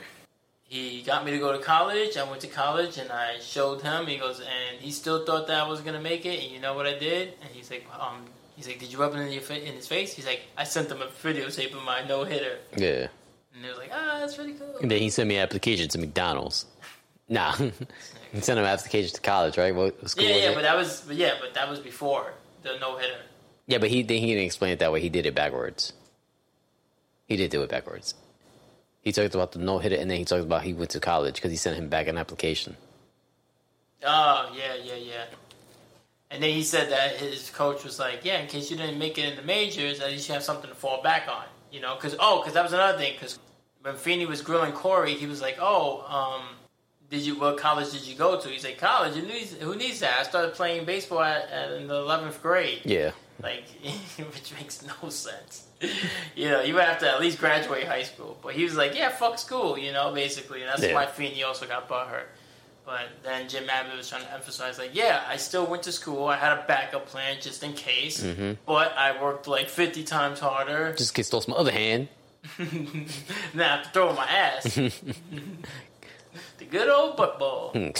S1: He got me to go to college. I went to college and I showed him. He goes, and he still thought that I was gonna make it. And you know what I did? And he's like, um, he's like, did you rub it in your fa- in his face? He's like, I sent him a videotape of my no hitter.
S2: Yeah.
S1: And they was like, ah, that's really cool.
S2: And then he sent me an application to McDonald's. Nah. (laughs) he sent him an application to college, right? What what school
S1: Yeah,
S2: was
S1: yeah,
S2: it?
S1: but that was but yeah, but that was before the no hitter.
S2: yeah, but he, then he didn't explain it that way. He did it backwards. He did do it backwards. He talked about the no hitter, and then he talked about he went to college because he sent him back an application.
S1: Oh yeah, yeah, yeah. And then he said that his coach was like, "Yeah, in case you didn't make it in the majors, at least you have something to fall back on." You know, because oh, because that was another thing. Because when Feeney was grilling Corey, he was like, "Oh, um, did you what college did you go to?" He's like, "College? Who needs, who needs that? I started playing baseball at, at in the eleventh grade."
S2: Yeah.
S1: like (laughs) which makes no sense. You know, you would have to at least graduate high school. But he was like, "Yeah, fuck school," you know, basically, and that's
S2: Yeah.
S1: why Feeney also got butthurt. But then Jim Abbott was trying to emphasize, like, "Yeah, I still went to school. I had a backup plan just in case, but I worked like fifty times harder. (laughs)
S2: Just gets throws my other hand.
S1: now I have to throw my ass." the good old butt ball.
S2: Hmm.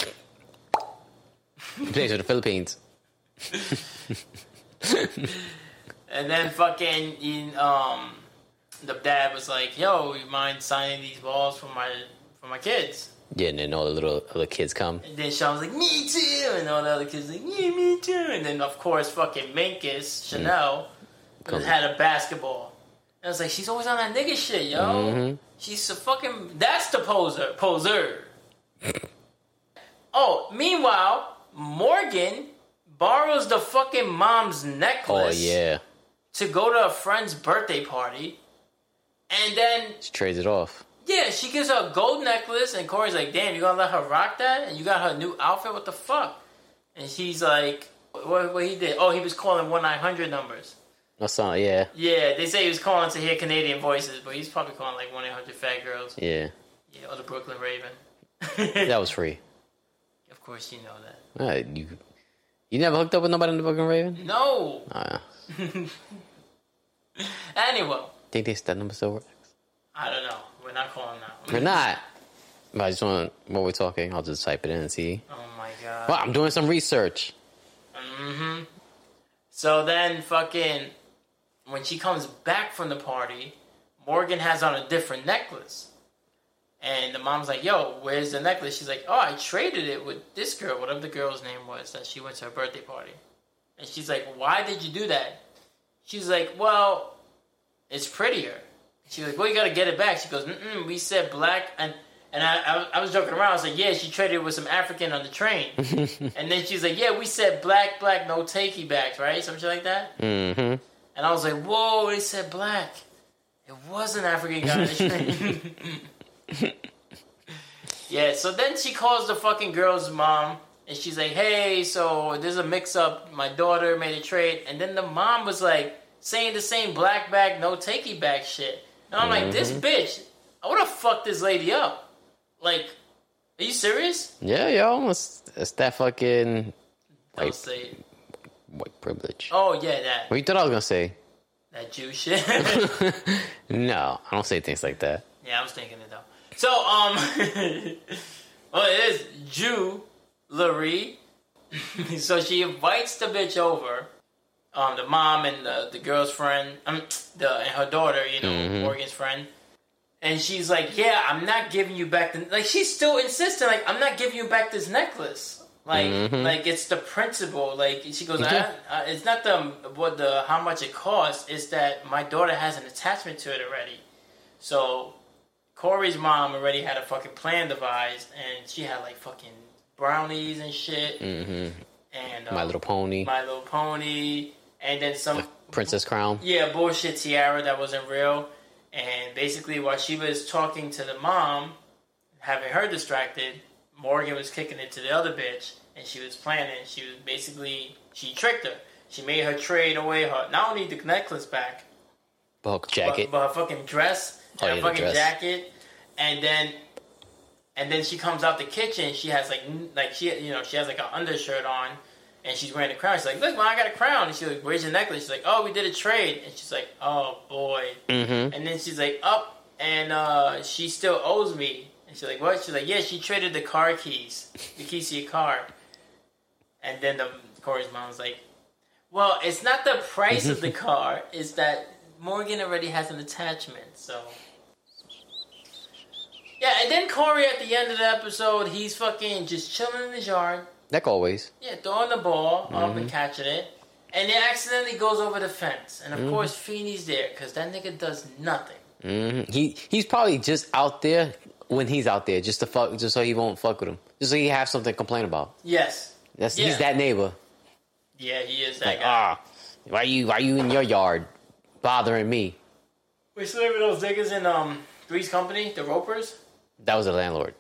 S2: He plays for the Philippines.
S1: And then fucking in, um, the dad was like, "Yo, you mind signing these balls for my for my kids?"
S2: Yeah, and then all the little other kids come.
S1: And then Sean was like, me too. And all the other kids like, yeah, me too. And then, of course, fucking Minkus, Chanel,
S2: Mm-hmm. Come.
S1: had a basketball. And I was like, she's always on that nigga shit, yo.
S2: Mhm.
S1: She's a fucking, that's the poser.
S2: (laughs)
S1: Poser. oh, meanwhile, Morgan borrows the fucking mom's
S2: Oh,
S1: necklace
S2: yeah.
S1: to go to a friend's birthday party. And then
S2: She trades it off.
S1: yeah, she gives her a gold necklace, and Corey's like, "Damn, you gonna let her rock that? And you got her new outfit? What the fuck?" And she's like, "What? What he did? Oh, he was calling one nine hundred numbers.
S2: That's not, yeah.
S1: Yeah, they say he was calling to hear Canadian voices, but he's probably calling like one eight hundred fat girls.
S2: Yeah.
S1: Yeah, or the Brooklyn Raven. (laughs)
S2: That was free.
S1: of course, you know that.
S2: Uh, you, you never hooked up with nobody in the fucking Raven?
S1: No.
S2: Uh,
S1: Anyway,
S2: think they that number still works.
S1: I don't know. We're not calling that.
S2: Or not. But I just want, while we're talking, I'll just type it in and see.
S1: Oh my god.
S2: Wow, I'm doing some research. (laughs)
S1: hmm So then, fucking, when she comes back from the party, Morgan has on a different necklace. And the mom's like, yo, where's the necklace? She's like, oh, I traded it with this girl, whatever the girl's name was, that she went to her birthday party. And she's like, why did you do that? She's like, well, it's prettier. She's like, well, you gotta get it back. She goes, mm we said black. And, and I, I, was- I was joking around. I was like, yeah, she traded it with some African on the train.
S2: Mm-hmm.
S1: And then she's like, "Yeah, we said black, black, no takey backs, right? Something like that."
S2: Mm-hmm.
S1: And I was like, "Whoa, they said black. It was an African guy." (laughs) yeah. So then she calls the fucking girl's mom, and she's like, "Hey, so there's a mix-up. My daughter made a trade." And then the mom was like saying the same black back, no takey back shit. And I'm like, "This bitch, I would have fucked this lady up." Like, are you serious?
S2: Yeah, yo, it's, it's that fucking
S1: Don't
S2: Like-
S1: say it.
S2: white privilege.
S1: Oh yeah, that
S2: What you thought I was gonna say? (laughs)
S1: that Jew shit. (laughs)
S2: no, I don't say things like that.
S1: Yeah, I was thinking it though. So, um, (laughs) well, it is jewelry. (laughs) so she invites the bitch over, um, the mom and the, the girl's friend, um, the and her daughter, you know, Morgan's friend. And she's like, "Yeah, I'm not giving you back the like." She's still insisting, like, "I'm not giving you back this necklace." Like, like it's the principle. Like she goes,
S2: Yeah.
S1: I, I, "It's not the what the how much it costs. It's that my daughter has an attachment to it already." So Corey's mom already had a fucking plan devised, and she had like fucking brownies and shit,
S2: hmm
S1: and uh,
S2: My Little Pony,
S1: My Little Pony, and then some
S2: Princess Crown.
S1: yeah bullshit tiara that wasn't real. And basically, while she was talking to the mom, having her distracted, Morgan was kicking it to the other bitch, and she was planning. She was basically she tricked her. She made her trade away her not only the necklace back,
S2: Bulk jacket.
S1: but, but her fucking dress,
S2: Oh,
S1: and
S2: yeah,
S1: her
S2: the
S1: fucking
S2: dress.
S1: jacket, and then and then she comes out the kitchen. She has like n- like she you know she has like an undershirt on, and she's wearing a crown. She's like, "Look, mom, I got a crown." And she's like, "Where's your necklace?" She's like, "Oh, we did a trade." And she's like, "Oh boy."
S2: Mm-hmm.
S1: And then she's like, "Up," and uh, she still owes me. And she's like, "What?" She's like, "Yeah, she traded the car keys, the keys to your car." And then the Corey's mom's like, "Well, it's not the price of the car; it's that Morgan already has an attachment." So. Yeah, and then Corey at the end of the episode, he's fucking just chilling in his yard,
S2: Like always.
S1: yeah, throwing the ball up and catching it, and it accidentally goes over the fence. And of course, Feeney's there because that nigga does nothing.
S2: hmm He he's probably just out there when he's out there, just to fuck, just so he won't fuck with him, just so he have something to complain about.
S1: Yes.
S2: That's
S1: Yeah.
S2: he's that neighbor.
S1: Yeah, he is that
S2: Like
S1: guy.
S2: ah, why you why you in your yard bothering me?
S1: We still remember those niggas in um Three's Company, the Ropers.
S2: That was the landlord.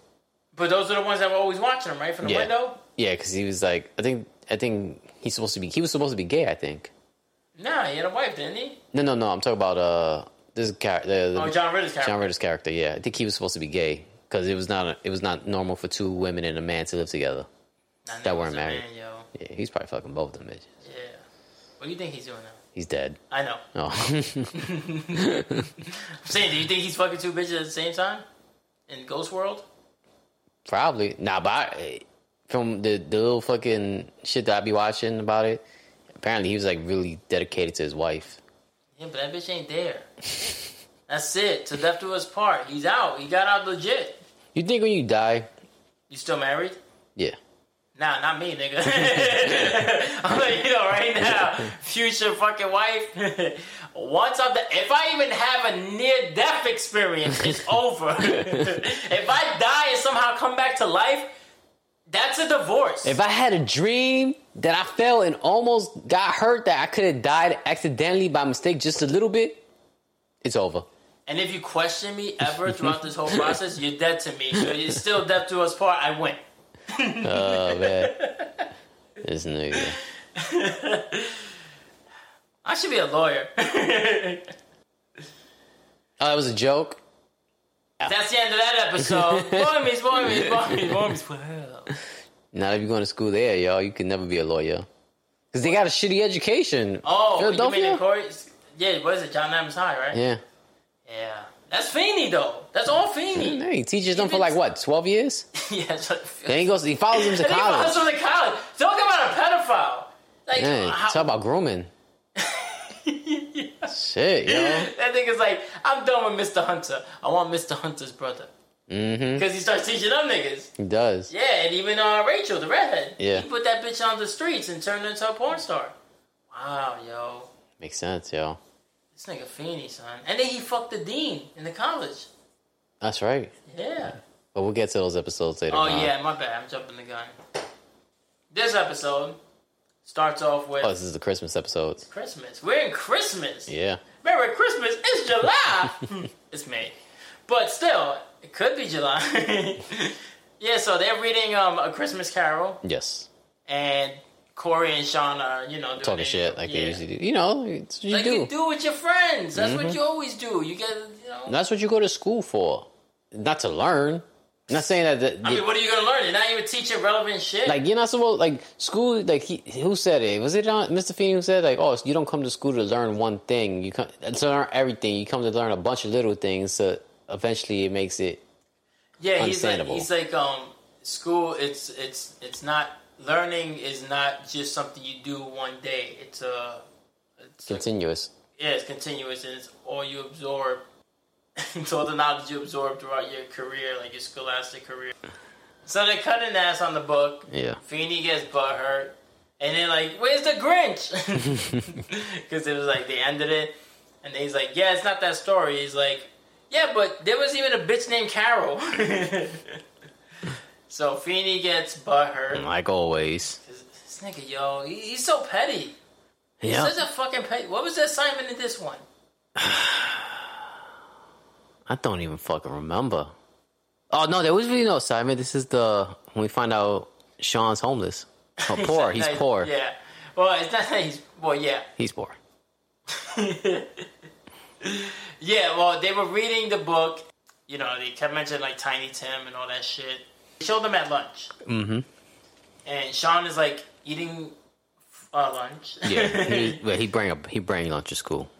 S1: But those are the ones that were always watching him, right, from the
S2: Yeah.
S1: window.
S2: Yeah, because he was like, I think I think he's supposed to be he was supposed to be gay. I think.
S1: Nah, he had a wife, didn't he?
S2: No, no, no. I'm talking about uh this character. The,
S1: Oh, John Ritter's character.
S2: John Ritter's character. Yeah, I think he was supposed to be gay because it was not it was not normal for two women and a man to live together.
S1: Nah,
S2: that
S1: nigga
S2: weren't
S1: was a
S2: married.
S1: Man, yo.
S2: Yeah, he's probably fucking both of them bitches.
S1: Yeah. What do you think he's doing now?
S2: He's dead.
S1: I know.
S2: Oh,
S1: I'm saying, do you think he's fucking two bitches at the same time? In Ghost World?
S2: (laughs) probably nah. But I, from the the little fucking shit that I be watching about it, apparently he was like really dedicated to his wife.
S1: Yeah, but that bitch ain't
S2: (laughs)
S1: there. That's it. To death do us part. He's out. He got out legit.
S2: You think when you die,
S1: You still married?
S2: yeah,
S1: Nah, not me, nigga. (laughs) I'm like, you know, right now, future fucking wife. (laughs) Once I'm, the- if I even have a near death experience, it's over. (laughs) if I die and somehow come back to life, that's a divorce.
S2: If I had a dream that I fell and almost got hurt, that I could have died accidentally by mistake just a little bit, it's over.
S1: and if you question me ever throughout this whole process, you're dead to me. So you're still death to us part. I win.
S2: Oh man, this nigga.
S1: I should be a lawyer. (laughs)
S2: Oh, that was a joke.
S1: That's the end of that episode. boy meets boy meets boy meets boy meets world.
S2: Not if you're going to school there, y'all. You can never be a lawyer because they got a shitty education.
S1: Oh, you mean in
S2: Philadelphia.
S1: Corey? Yeah, what is it? John Adams High, right?
S2: Yeah,
S1: Yeah. That's Feeney, though. That's all Feeney.
S2: no, he teaches them for like what twelve years.
S1: (laughs) yeah, that's what (laughs) Feeney.
S2: Then he goes, he follows them to
S1: And he follows
S2: college.
S1: him to college. Talk about a pedophile. Like,
S2: Man,
S1: how- (laughs)
S2: talk about grooming. Shit, yo.
S1: that nigga's like, I'm done with Mr. Hunter. I want Mr. Hunter's brother.
S2: Mm-hmm.
S1: Because he starts teaching them niggas.
S2: He does.
S1: Yeah, and even uh, Rachel, the redhead.
S2: Yeah.
S1: He put that bitch on the streets and turned her into a porn star. Wow, yo.
S2: Makes sense, yo.
S1: This nigga Feeney, son. And then he fucked the dean in the college.
S2: That's right.
S1: Yeah.
S2: But we'll get to those episodes later.
S1: Oh
S2: on.
S1: yeah, my bad. I'm jumping the gun. This episode starts off with
S2: Oh, this is the Christmas episode.
S1: Christmas. We're in Christmas.
S2: Yeah.
S1: Merry Christmas. It's
S2: (laughs)
S1: July. (laughs) Hmm, it's May, but still, it could be July. (laughs) yeah. So they're reading um, a Christmas Carol,
S2: Yes.
S1: and Corey and Sean are you know doing
S2: Talking
S1: their-
S2: shit like
S1: yeah.
S2: they usually do. You know, it's what you
S1: Like
S2: do. Mm-hmm.
S1: you do with your friends. That's what you always do. You get you know.
S2: That's what you go to school for. Not to learn. I'm not saying that. that
S1: I mean, what are you gonna learn? You're not even teaching relevant shit.
S2: like you're not supposed like school like he, who said it was it on Mr. Feeney who said like oh you don't come to school to learn one thing you come to learn everything you come to learn a bunch of little things so eventually it makes it
S1: Yeah, he's like
S2: Understandable.
S1: he's like um school. It's it's it's not learning is not just something you do one day. It's a it's a,
S2: continuous
S1: yeah, it's continuous and it's all you absorb. (laughs) it's all the knowledge you absorb throughout your career, like your scholastic career. So they're cutting ass on the book.
S2: yeah
S1: Feeny gets butt hurt, and then like, where's the Grinch? (laughs) Because it was like they ended it, and he's like, yeah, it's not that story. He's like, yeah, but there was even a bitch named Carol. (laughs) so Feeny gets butt hurt.
S2: like always
S1: This this nigga, yo, he, he's so petty.
S2: yeah
S1: Such a fucking petty. What was the assignment in this one?
S2: I don't even fucking remember oh no there was really no assignment this is the when we find out Sean's homeless (laughs) oh, poor he's
S1: Like,
S2: poor
S1: Yeah. Well, it's not that he's. Well, yeah. (laughs)
S2: he's poor
S1: Yeah, well, they were reading the book, You know, they kept mentioning like Tiny Tim and all that shit. They showed them at lunch,
S2: Mm-hmm.
S1: and Sean is like eating uh, lunch.
S2: Yeah.
S1: (laughs)
S2: (laughs) he, well, he bring up he bring lunch to school.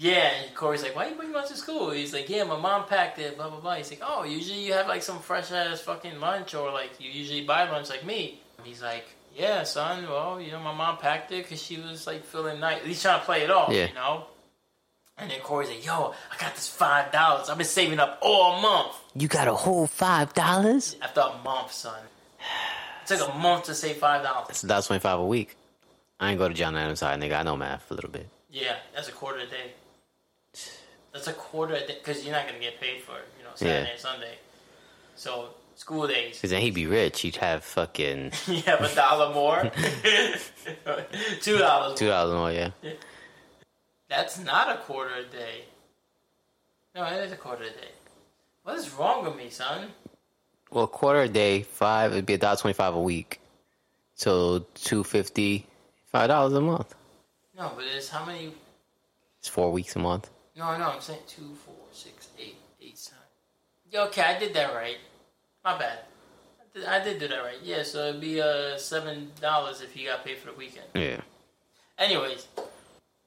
S1: Yeah, and Corey's like, why you bring lunch to school? He's like, yeah, my mom packed it, blah, blah, blah. He's like, oh, usually you have like some fresh ass fucking lunch or like you usually buy lunch like me. And he's like, yeah, son, well, you know, my mom packed it because she was like feeling nice. He's trying to play it off,
S2: Yeah.
S1: you know? And then Corey's like, yo, I got this $5. I've been saving up all month.
S2: You got a whole five dollars.
S1: After a month, son. It took a month to save $5.
S2: So that's twenty five a week. I ain't go to John Adams High, nigga. I know math a little bit.
S1: Yeah, that's a quarter a day. That's a quarter a day because you're not going to get paid for, you know,
S2: Yeah.
S1: Saturday and Sunday. So, school days.
S2: Cause then he'd be rich. He'd have fucking
S1: (laughs) You have a dollar
S2: (laughs)
S1: more. (laughs) Two dollars.
S2: two dollars more. Yeah.
S1: That's not a quarter a day. No, it is a quarter a day. What is wrong with me, son?
S2: Well, quarter a day, five. It'd be a dollar twenty five a week. So two fifty, five dollars a month.
S1: No, but it's how many?
S2: It's four weeks a month.
S1: No, no, I'm saying two, four, six, eight, eight, son. Yeah, okay, I did that right. My bad. I did, I did do that right. Yeah, so it'd be uh seven dollars if you got paid for the weekend.
S2: Yeah.
S1: Anyways,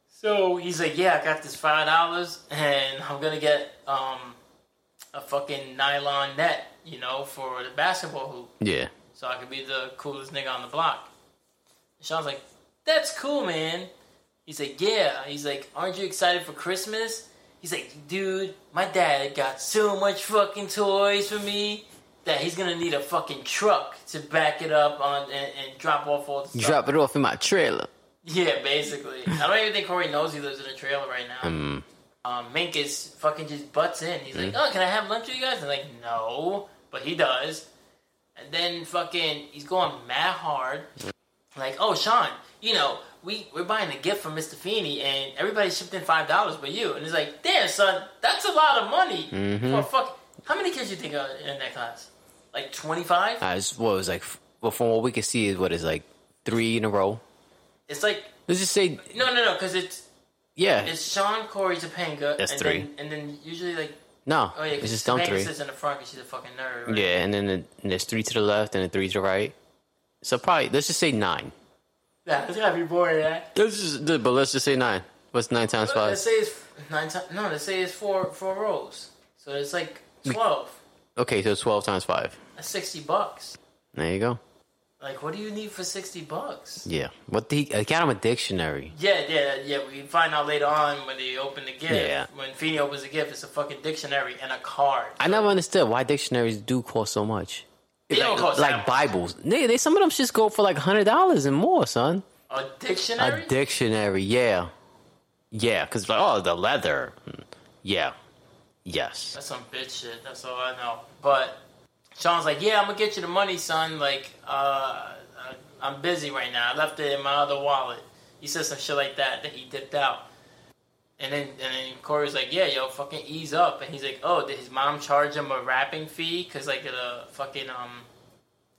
S1: so he's like, "Yeah, I got this five dollars, and I'm gonna get um a fucking nylon net, you know, for the basketball hoop,
S2: Yeah.
S1: so I could be the coolest nigga on the block." And Sean's like, "That's cool, man." He's like, "Yeah." He's like, "Aren't you excited for Christmas?" He's like, "Dude, my dad got so much fucking toys for me." That he's gonna need a fucking truck to back it up on and, and drop off all the stuff.
S2: Drop it off in my trailer.
S1: Yeah, basically. I don't even think Corey knows he lives in a trailer right now.
S2: Mm.
S1: Um, Mink is fucking just butts in. He's
S2: Hmm.
S1: like, "Oh, can I have lunch with you guys?" I'm like, "No," but he does. And then fucking, he's going mad hard.
S2: Hmm.
S1: Like, "Oh, Sean, you know, we we're buying a gift for Mr. Feeney, and everybody shipped in five dollars, but you." And he's like, "Damn, son, that's a lot of money
S2: Mm-hmm.
S1: for a fuck." How many kids you think are in that class? Like twenty five?
S2: I was, what it was like? f- Well, from what we could see, is what is like three in a row.
S1: It's like
S2: Let's just say,
S1: no, no, no, because it's
S2: yeah.
S1: it's Sean, Corey, Topanga.
S2: That's
S1: and
S2: three.
S1: Then, and then usually like
S2: No,
S1: Oh yeah,
S2: it's
S1: because
S2: just them three.
S1: sits in the front because she's a fucking nerd. Right?
S2: Yeah, and then the, and there's three to the left and then three to the right. So probably let's just say nine.
S1: Yeah, it's gotta be boring. Right?
S2: Let's just, but let's just say nine. What's nine times five?
S1: Let's say it's nine times. No, let's say it's four four rows. So it's like
S2: Mm.
S1: twelve.
S2: Okay, so twelve times five.
S1: That's sixty bucks.
S2: There you go.
S1: Like, what do you need for sixty bucks?
S2: Yeah. What the? I got him a dictionary.
S1: Yeah, yeah, yeah. We find out later on when they open the gift.
S2: Yeah.
S1: When Feeney opens the gift, it's a fucking dictionary and a card.
S2: I never understood why dictionaries do cost so much.
S1: They
S2: like,
S1: don't cost that
S2: like
S1: much.
S2: Bibles. They, they some of them just go for like hundred dollars and more, son.
S1: A dictionary.
S2: A dictionary, yeah, yeah. Because like, oh, the leather, yeah, yes.
S1: That's some bitch shit. That's all I know. But Sean's like, yeah, I'm gonna get you the money, son. Like, uh, I- I'm busy right now. I left it in my other wallet. He said some shit like that that he dipped out. And then and then Corey's like, yeah, yo, fucking ease up. And he's like, oh, did his mom charge him a wrapping fee? Cause like the fucking um,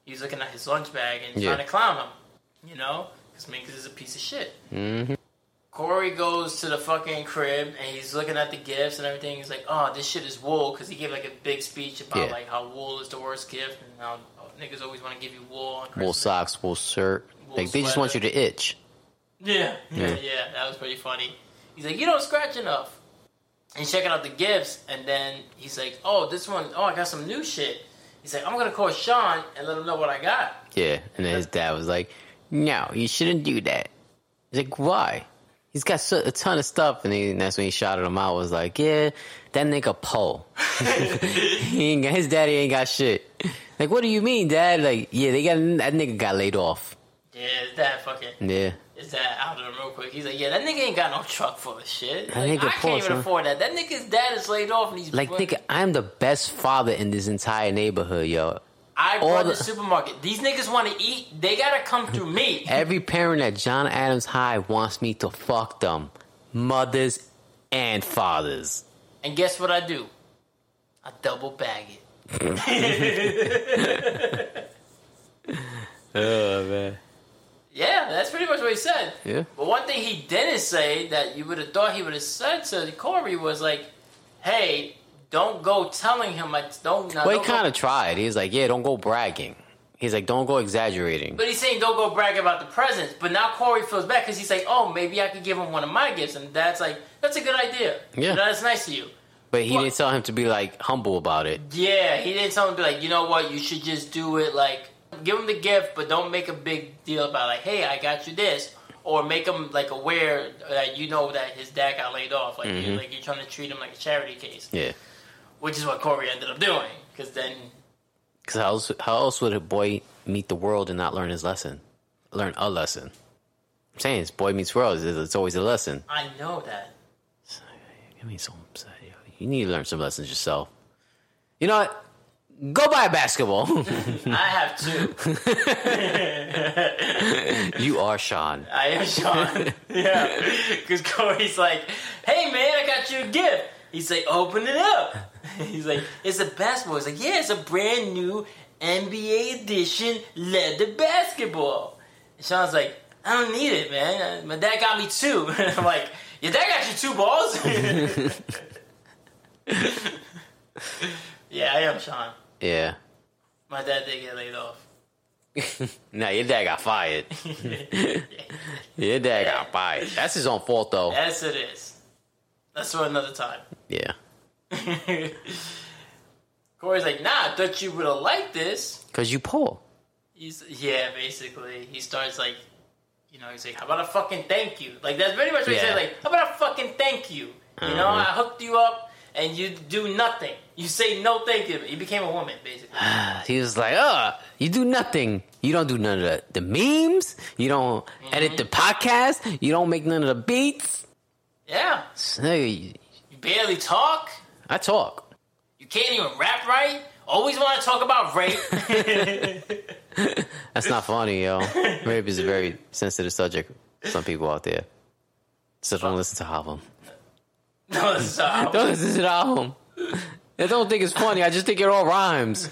S1: he was looking at his lunch bag and
S2: Yeah.
S1: trying to clown him, you know? Cause Minkus is a piece of shit.
S2: hmm
S1: Corey goes to the fucking crib and he's looking at the gifts and everything. He's like, "Oh, this shit is wool," because he gave like a big speech about
S2: Yeah.
S1: like how wool is the worst gift and how niggas always want to give you wool. On
S2: Wool
S1: Christmas.
S2: socks, wool shirt.
S1: Wool
S2: like they just want you to itch.
S1: Yeah, yeah,
S2: Yeah.
S1: yeah. That was pretty funny. He's like, "You don't scratch enough." He's checking out the gifts and then he's like, "Oh, this one. Oh, I got some new shit." He's like, "I'm gonna call Sean and let him know what I got." (laughs)
S2: Yeah. And then his dad was like, "No, you shouldn't do that." He's like, "Why?" He's got so, a ton of stuff, and, he, and that's when he shouted him out. Was like, "Yeah, that nigga Paul. (laughs) he ain't got, his daddy ain't got shit." Like, what do you mean, dad? Like, yeah, they got that nigga got laid off.
S1: Yeah, is that fucking
S2: Yeah.
S1: is that out of him real quick? He's like, yeah, that nigga ain't got no truck full of shit. Like, I
S2: nigga
S1: can't
S2: poor,
S1: even
S2: son.
S1: afford that. That nigga's dad is laid off, and he's
S2: Like, nigga, I'm the best father in this entire neighborhood, yo.
S1: I run
S2: all
S1: the,
S2: the-
S1: supermarket. These niggas want to eat. They gotta come through
S2: (laughs)
S1: me.
S2: Every parent at John Adams High wants me to fuck them, mothers and fathers.
S1: And guess what I do? I double bag it.
S2: Oh man.
S1: Yeah, that's pretty much what he said.
S2: Yeah.
S1: But one thing he didn't say that you would have thought he would have said to Corey was like, "Hey, Don't go telling him. I don't. now,
S2: Well,
S1: don't
S2: he
S1: go-
S2: kind of tried. He was like, "Yeah, don't go bragging." He's like, "Don't go exaggerating."
S1: But he's saying don't go brag about the presents. But now Corey feels bad because he's like, oh, maybe I could give him one of my gifts, and that's like, that's a good idea.
S2: Yeah.
S1: You know, that's nice of you.
S2: But he
S1: What?
S2: didn't tell him to be like humble about it.
S1: Yeah, he didn't tell him to be like, you know what, you should just do it. Like, give him the gift, but don't make a big deal about like, hey, I got you this, or make him like aware that you know that his dad got laid off. Like, you're,
S2: Mhm.
S1: like you're trying to treat him like a charity case,
S2: Yeah,
S1: which is what Corey ended up doing. Because then,
S2: because how else, how else would a boy meet the world and not learn his lesson? Learn a lesson. I'm saying it's boy meets world. It's, it's always a lesson.
S1: I know that.
S2: I mean, so you need to learn some lessons yourself. You know what? Go buy a basketball.
S1: I have two.
S2: you are Sean.
S1: I am Sean. yeah. Because Corey's like, hey, man, I got you a gift. He's like, open it up. (laughs) He's like, it's a basketball. He's like, yeah, it's a brand new NBA edition leather basketball. And Sean's like, I don't need it, man. My dad got me two. (laughs) And I'm like, your dad got you two balls? (laughs) yeah, I am Sean.
S2: Yeah.
S1: My dad did get laid off.
S2: (laughs)
S1: (laughs)
S2: Nah, your dad got fired. Your dad got fired. That's his own fault, though.
S1: yes, it is. That's for another time.
S2: Yeah.
S1: (laughs) Corey's like, nah, I thought you would have liked this.
S2: Because you poor.
S1: He's yeah, basically. He starts like you know, he's like, How about a fucking thank you? Like that's very much what he
S2: Yeah.
S1: said, like, how about a fucking thank you? You know, I hooked you up and you do nothing. You say no thank you. You became a woman, basically.
S2: (sighs) He was like, uh, you do nothing. You don't do none of the, the memes. You don't edit the podcast. You don't make none of the beats.
S1: yeah.
S2: So, nigga,
S1: You barely talk.
S2: I talk.
S1: You can't even rap right. Always want to talk about rape. (laughs)
S2: That's not funny, (laughs) yo. Rape is a very sensitive subject for some people out there. So don't listen to the album.
S1: no, stop.
S2: (laughs) Don't listen to the album. (laughs) I don't think it's funny. I just think it all rhymes.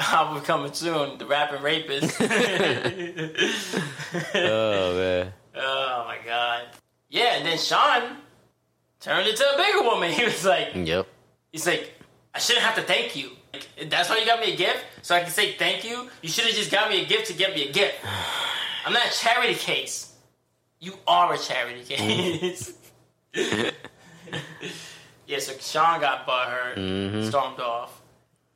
S1: Album coming soon. The rapping rapist.
S2: Oh, man.
S1: Oh my god. Yeah, and then Sean turned into a bigger woman. (laughs) He was like,
S2: Yep.
S1: he's like, I shouldn't have to thank you. Like, that's why you got me a gift, so I can say thank you. You should have just got me a gift to get me a gift. (sighs) I'm not a charity case. You are a charity case. (laughs) yeah, so Sean got butt hurt,
S2: Mm-hmm.
S1: stormed off,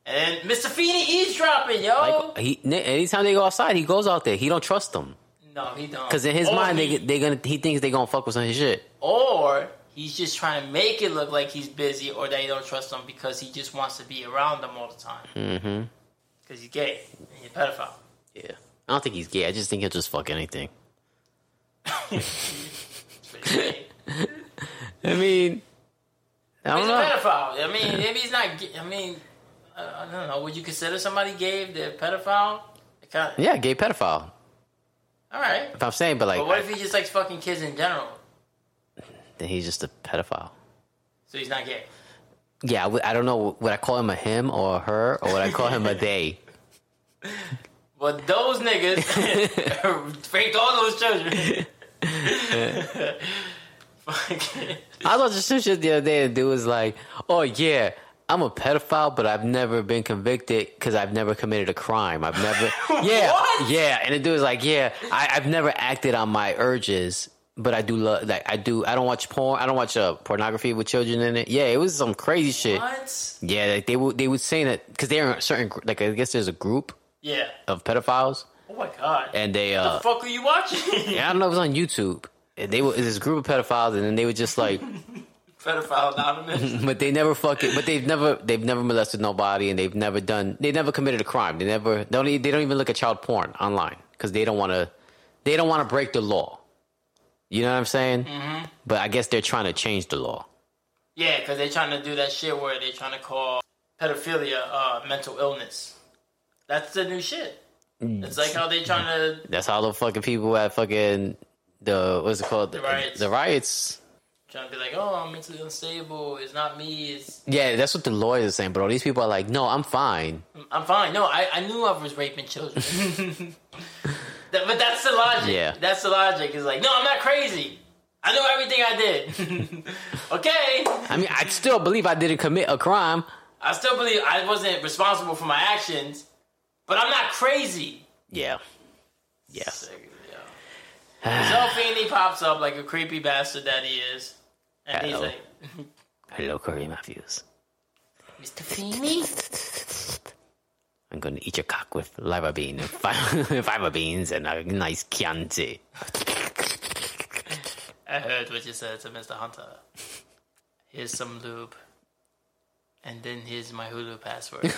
S1: and then Mr. Feeney eavesdropping, yo.
S2: Like, he, anytime they go outside, he goes out there. He don't trust them.
S1: no, he don't.
S2: Because in his
S1: Or
S2: mind,
S1: Oh, he-
S2: they, they gonna, he thinks they going to fuck with some of his shit.
S1: or he's just trying to make it look like he's busy or that he don't trust them because he just wants to be around them all the time
S2: Mm-hmm.
S1: because he's gay and he's a
S2: (laughs)
S1: pedophile.
S2: Yeah. I don't think he's gay. I just think he'll just fuck anything.
S1: It's pretty gay.
S2: I mean, I
S1: he's
S2: don't
S1: a
S2: know.
S1: pedophile. I mean, maybe he's not. Gay. I mean, I, I don't know. Would you consider somebody gay if they're a pedophile? It kinda-
S2: Yeah, gay pedophile.
S1: All right,
S2: If I'm saying, but like,
S1: but what if he just likes fucking kids in general?
S2: then he's just a pedophile.
S1: So he's not gay.
S2: Yeah, I would- I don't know. Would I call him a him or a her, or would I call him a they?
S1: But those
S2: (laughs)
S1: niggas (laughs) raped all those children. (laughs) Fucking.
S2: I was watching some shit the other day. The dude was like, "Oh yeah, I'm a pedophile, but I've never been convicted because I've never committed a crime. I've never,
S1: (laughs)
S2: yeah,
S1: What?
S2: yeah." And the dude was like, "Yeah, I, I've never acted on my urges, but I do love, like, I do. I don't watch porn. I don't watch uh, pornography with children in it. Yeah, it was some crazy shit.
S1: What?
S2: Yeah, like they would they would say that because they're a certain gr- like I guess there's a group
S1: Yeah.
S2: of pedophiles
S1: Oh my god.
S2: and they
S1: the
S2: uh
S1: fuck are you watching?
S2: I don't know if it was on YouTube. And They were it's this group of pedophiles and then they were just like
S1: (laughs) Pedophile Anonymous.
S2: but they never fucking but they've never they've never molested nobody and they've never done they never committed a crime. They never they don't e- they don't even look at child porn online cuz they don't want to they don't want to break the law. You know what I'm saying? Mm-hmm. But I guess they're trying to change the law.
S1: yeah, because they're trying to do that shit where they're trying to call pedophilia uh, mental illness. That's the new shit. It's like how they're trying to.
S2: That's how the fucking people at fucking the what's it called the
S1: riots.
S2: The riots
S1: Trying to be like, oh, I'm mentally unstable. It's not me. It's
S2: Yeah, that's what the lawyers are saying, but all these people are like, no, I'm fine.
S1: I'm fine. No, I, I knew I was raping (laughs) children. That- but that's the logic.
S2: Yeah.
S1: That's the logic. It's like, no, I'm not crazy. I knew everything I did. (laughs) okay.
S2: I mean, I still believe I didn't commit a crime.
S1: I still believe I wasn't responsible for my actions, but I'm not crazy.
S2: Yeah. Yeah.
S1: Sick, yo. so Feeny pops up like a creepy bastard that he is. And he's
S2: Uh-oh.
S1: like,
S2: Hello, Corey Matthews.
S1: Mr. Feeny?
S2: I'm going to eat your cock with lima bean and fi- (laughs) fiber beans and a nice Chianti.
S1: I heard what you said to Mr. Hunter. Here's some lube. And then here's my Hulu
S2: (laughs)
S1: password.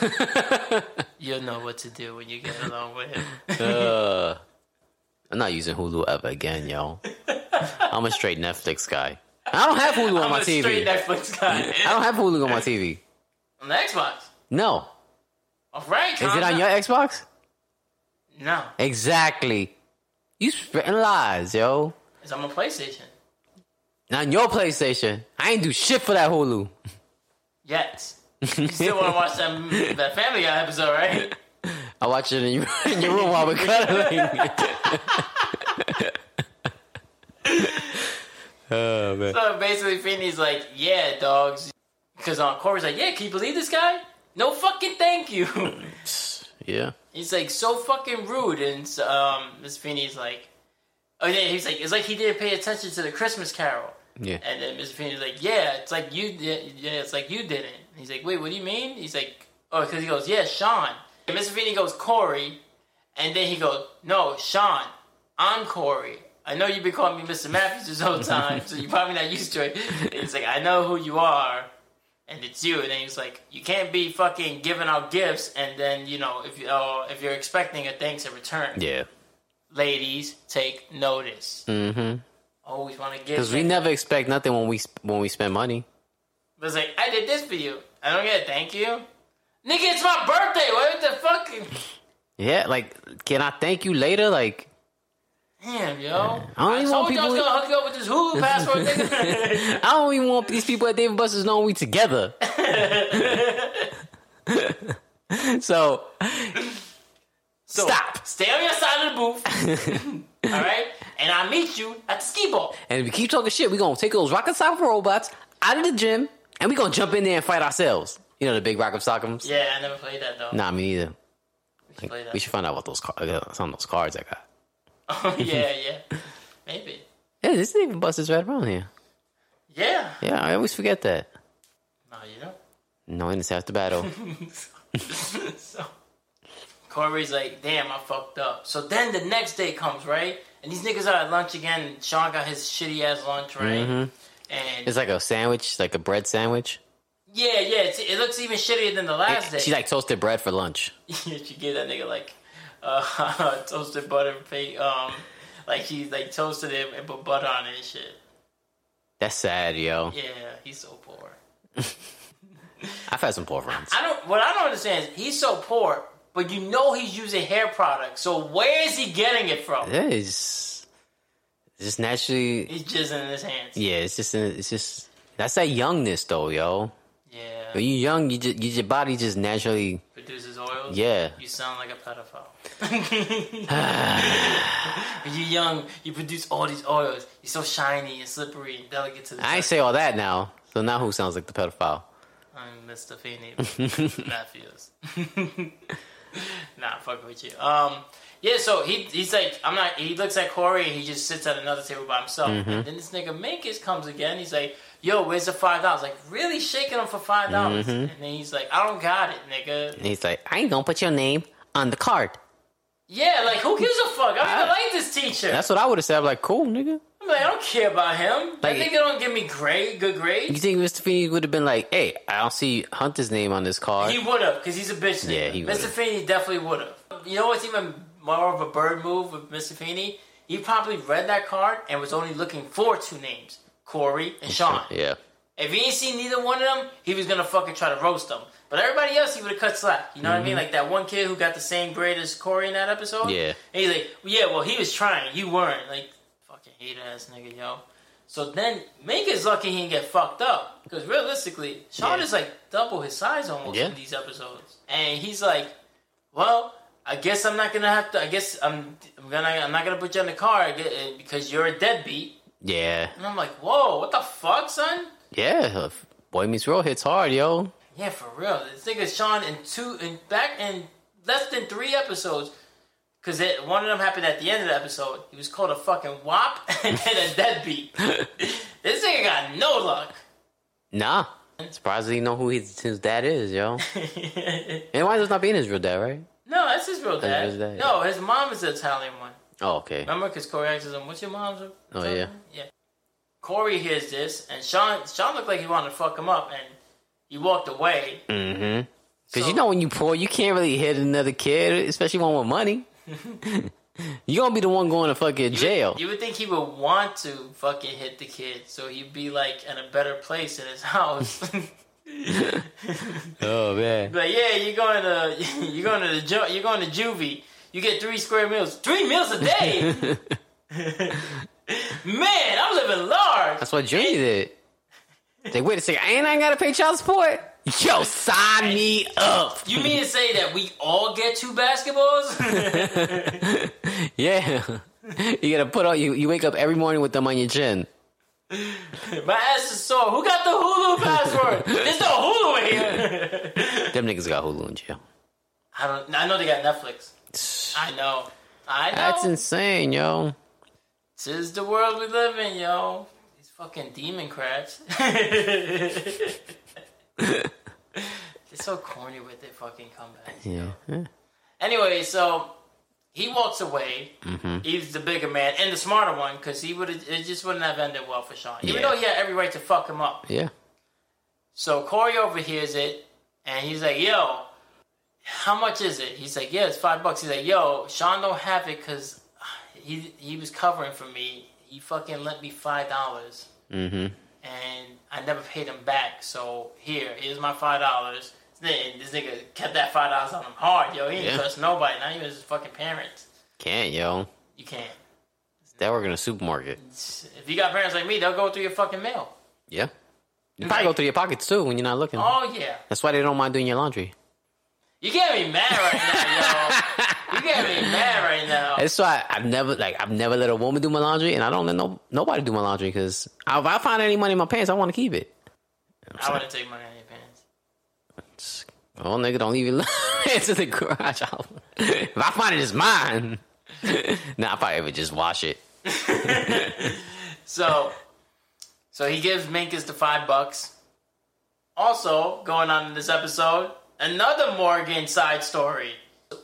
S1: You'll know what to do when you get along with him.
S2: Uh, I'm not using Hulu ever again, yo. I'm a straight Netflix guy. I don't have Hulu on
S1: I'm
S2: my
S1: a
S2: TV.
S1: straight Netflix guy. (laughs)
S2: I don't have Hulu on my TV.
S1: on the Xbox.
S2: No.
S1: All right.
S2: Is it on your Xbox?
S1: No.
S2: Exactly. You spreading lies, yo.
S1: It's on my PlayStation.
S2: Not on your PlayStation. I ain't do shit for that Hulu. (laughs)
S1: Yet. You still want to watch that, that Family Guy episode, right?
S2: I watch it in your, (laughs) in your room while
S1: (laughs)
S2: we're cuddling. (laughs) oh, man.
S1: So basically, Feeney's like, yeah, dogs. Because on Corey's like, yeah, can you believe this guy? No fucking thank you. (laughs)
S2: Yeah.
S1: he's like so fucking rude, and so, um, Miss Feeney's like, oh yeah, he's like, it's like he didn't pay attention to the Christmas Carol.
S2: Yeah.
S1: And then Miss Feeney's like, yeah, it's like you did, yeah, it's like you didn't. And he's like, wait, what do you mean? He's like, oh, because he goes, yeah, Sean. And Miss Feeney goes, Corey, and then he goes, no, Sean, I'm Corey. I know you've been calling me Mr. Matthews this whole time, so you're probably not used to it. And he's like, I know who you are, and it's you. And then he's like, you can't be fucking giving out gifts, and then you know if you uh, if you're expecting a thanks in return,
S2: Yeah.
S1: ladies take notice.
S2: Mm-hmm.
S1: Always want to give.
S2: Because we
S1: thanks.
S2: never expect nothing when we sp- when we spend money.
S1: But it's like, I did this for you. I don't get a thank you. Nigga, it's my birthday. What the fuck?
S2: Yeah, like, can I thank you later? Like,
S1: Damn, yo.
S2: I don't even want
S1: told you I was
S2: people.
S1: gonna hook you up with this Hulu password,
S2: (laughs)
S1: nigga.
S2: I don't even want these people at David Buster's knowing we together. (laughs) so
S1: So, (laughs)
S2: Stop.
S1: Stay on your side of the booth.
S2: (laughs)
S1: all right? And I'll meet you at the skee ball.
S2: And if we keep talking shit, we're gonna take those rocket sock robots out of the gym and we're gonna jump in there and fight ourselves. You know the big rocket sockums?
S1: Yeah, I never played that, though.
S2: Nah, me neither.
S1: We should play that.
S2: We
S1: (laughs)
S2: should find out what those car- uh, some of those cards I got.
S1: Oh,
S2: (laughs)
S1: yeah, yeah. Maybe.
S2: Yeah, this is even buses right around here.
S1: Yeah.
S2: Yeah, I always forget that.
S1: No, you know.
S2: No innocence after battle.
S1: (laughs) so Corey's like, damn, I fucked up. So then the next day comes, right? And these niggas are at lunch again. And Sean got his shitty ass lunch, right?
S2: Mm-hmm.
S1: And
S2: it's like a sandwich, like a bread sandwich.
S1: yeah, yeah, it's, it looks even shittier than the last day.
S2: She like toasted bread for lunch.
S1: (laughs) she gave that nigga like uh, (laughs) toasted butter, pa- um, like he like toasted it and put butter on it and shit.
S2: That's sad, yo.
S1: Yeah, he's so poor.
S2: I've had some poor friends.
S1: I don't. What I don't understand is he's so poor, but you know he's using hair products. So where is he getting it from?
S2: That is just naturally.
S1: He's jizzing in his hands.
S2: Yeah, it's just it's just that's that youngness though, yo.
S1: Yeah.
S2: When you young, you just, you, your body just naturally,
S1: produces oils.
S2: yeah.
S1: You sound like a
S2: (sighs)
S1: pedophile. when you're young, (laughs) you produce all these oils. You're so shiny and slippery and delicate to the
S2: I ain't
S1: touch.
S2: say all that now. So now who sounds like the pedophile?
S1: I'm Mr. Feeney. Matthews. (laughs) nah, fuck with you. Um, yeah, so he he's like, I'm not. He looks at Corey and he just sits at another table by himself. And then this nigga Minkus comes again. He's like, Yo, where's the five dollars? Like really shaking him for five dollars. And then he's like, I don't got it, nigga.
S2: And he's like, I ain't gonna put your name on the card.
S1: Yeah, like who gives a fuck? I don't even like this teacher.
S2: That's what I would have said. I'm like, cool, nigga.
S1: I'm like, I don't care about him. That
S2: Like-
S1: nigga don't give me grade, good
S2: You
S1: grades.
S2: think Mr. Feeney would have been like, hey, I don't see Hunter's name on this card?
S1: He would have, because he's a bitch. nigga.
S2: Yeah, he
S1: Mr.
S2: would've.
S1: Feeney definitely would have. You know what's even more of a bird move with Mr. Feeney? He probably read that card and was only looking for two names Corey and Sean.
S2: (laughs) yeah.
S1: If he ain't seen neither one of them, he was gonna fucking try to roast them. But everybody else, he would have cut slack. You know what I mean? Like that one kid who got the same grade as Corey in that episode.
S2: Mm-hmm. Yeah.
S1: And he's like, well, yeah, well, he was trying. You weren't. Like, fucking hate ass nigga, yo. So then, Mink is lucky he didn't get fucked up. Because realistically, Sean
S2: Yeah.
S1: is like double his size almost
S2: Yeah.
S1: in these episodes. And he's like, well, I guess I'm not gonna have to. I guess I'm, I'm gonna. I'm not gonna put you on the car I gue- because you're a deadbeat.
S2: Yeah.
S1: And I'm like, whoa, what the fuck, son?
S2: Yeah. Boy Meets World hits hard, yo. (coughs)
S1: Yeah, for real. This nigga Sean in two in back in less than three episodes, because one of them happened at the end of the episode. He was called a fucking wop (laughs) and then a deadbeat. (laughs) this nigga got no luck. (laughs)
S2: Nah. Surprised he know who his, his dad is, yo. and why does not being his real dad, right?
S1: No, that's his real dad.
S2: That's his dad,
S1: No, his mom is the Italian one.
S2: Oh, okay.
S1: Remember, because Corey asks him, "What's your mom's?" real-
S2: Oh, yeah.
S1: Yeah. Corey hears this, and Sean Sean looked like he wanted to fuck him up, and he walked away.
S2: Mm-hmm. Because
S1: So-
S2: you know when you poor, you can't really hit another kid, especially one with money. (laughs) you gonna be the one going to fucking
S1: You would-
S2: jail.
S1: You would think he would want to fucking hit the kid, so he'd be like in a better place in his (laughs)
S2: (laughs)
S1: house.
S2: Oh man.
S1: but yeah, you're going to (laughs) you're going to the ju- you're going to juvie. You get three square meals, three meals a day.
S2: (laughs)
S1: (laughs) Man, I'm living large.
S2: That's what Junior did. They wait a second, ain't I gotta pay child support? Yo, sign me up.
S1: You mean to say that we all get two basketballs? (laughs)
S2: yeah. (laughs) You gotta put on you you wake up every morning with them on your chin.
S1: My ass is sore. Who got the Hulu password? There's no Hulu in here. (laughs)
S2: Them niggas got Hulu in jail.
S1: I don't. I know they got Netflix. I know. I know.
S2: That's insane, yo.
S1: This is the world we live in, yo. These fucking demon (laughs) crabs. They're so corny with their fucking comeback.
S2: Yeah. yeah.
S1: Anyway, so he walks away. He's the bigger man and the smarter one because he would it just wouldn't have ended well for Sean. Even
S2: Yeah.
S1: though he had every right to fuck him up.
S2: Yeah.
S1: So Corey overhears it and he's like, yo, how much is it? He's like, yeah, it's five bucks. He's like, yo, Sean don't have it because he, he was covering for me. He fucking lent me five dollars
S2: Mm-hmm.
S1: and I never paid him back. So here, here's my five dollars. And this nigga kept that five dollars on him hard, yo. He didn't
S2: Yeah.
S1: trust nobody, not even his fucking parents.
S2: Can't, yo.
S1: You can't.
S2: That work in a supermarket.
S1: If you got parents like me, they'll go through your fucking mail.
S2: Yeah. You probably go through your pockets too when you're not looking.
S1: Oh yeah.
S2: That's why they don't mind doing your laundry.
S1: You can't be mad right now, yo. You can't be mad right now.
S2: That's why I've never like I've never let a woman do my laundry, and I don't let no nobody do my laundry because if I find any money in my pants, I want to keep it.
S1: I wouldn't take money out of your pants.
S2: Oh nigga, don't leave it (laughs) into the garage. I'll- if I find it, it's mine. (laughs) nah, I probably would just wash it.
S1: So, so he gives Minkus the five bucks. Also, going on in this episode, another Morgan side story.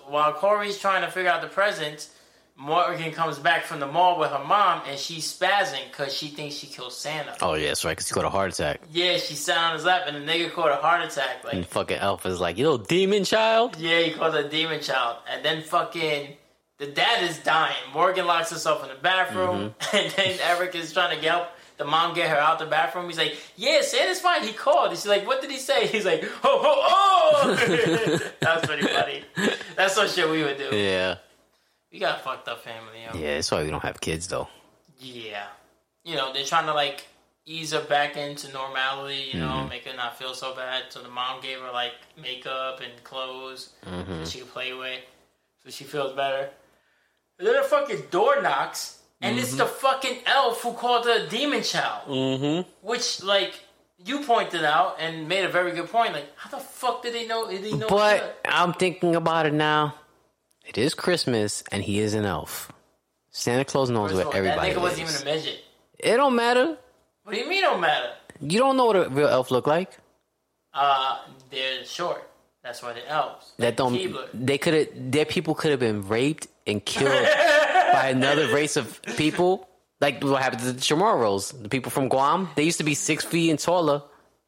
S1: While Corey's trying to figure out the presents, Morgan comes back from the mall with her mom, and she's spazzing because she thinks she killed Santa.
S2: Oh yeah, that's right, because you got a heart attack.
S1: Yeah, she sat on his lap, and the nigga caught a heart attack. Like,
S2: And fucking Elf is like, you little demon child.
S1: yeah, he called her a demon child, and then fucking. The dad is dying. Morgan locks herself in the bathroom, (laughs) and then Eric is trying to help the mom get her out the bathroom. He's like, "Yeah, Santa's fine." He called. And she's like, "What did he say?" He's like, "Ho ho (laughs) oh!" That's pretty funny. That's some shit we would do.
S2: Yeah,
S1: We got a fucked up family. Yo.
S2: yeah. That's why we don't have kids though.
S1: Yeah. You know, they're trying to like ease her back into normality, you know,
S2: Mm-hmm.
S1: make her not feel so bad. So the mom gave her like makeup and clothes
S2: Mm-hmm.
S1: that she could play with. So she feels better. And then the fucking door knocks, and it's the fucking elf who called her a demon child.
S2: Mm-hmm.
S1: Which, like, you pointed out and made a very good point. Like, how the fuck did they know? Did they know?
S2: But I'm thinking about it now. It is Christmas, and he is an elf. Santa Claus
S1: First
S2: knows
S1: of
S2: where
S1: all,
S2: everybody
S1: that nigga
S2: is.
S1: wasn't even a midget.
S2: It don't matter.
S1: What do you mean, don't matter?
S2: You don't know what a real elf look like.
S1: Uh, they're short. That's why they're elves.
S2: That don't.
S1: Keebler.
S2: They could have. Their people could have been raped
S1: (laughs)
S2: and killed by another race of people. Like what happened to the Chamorros, the people from Guam. They used to be six feet and taller,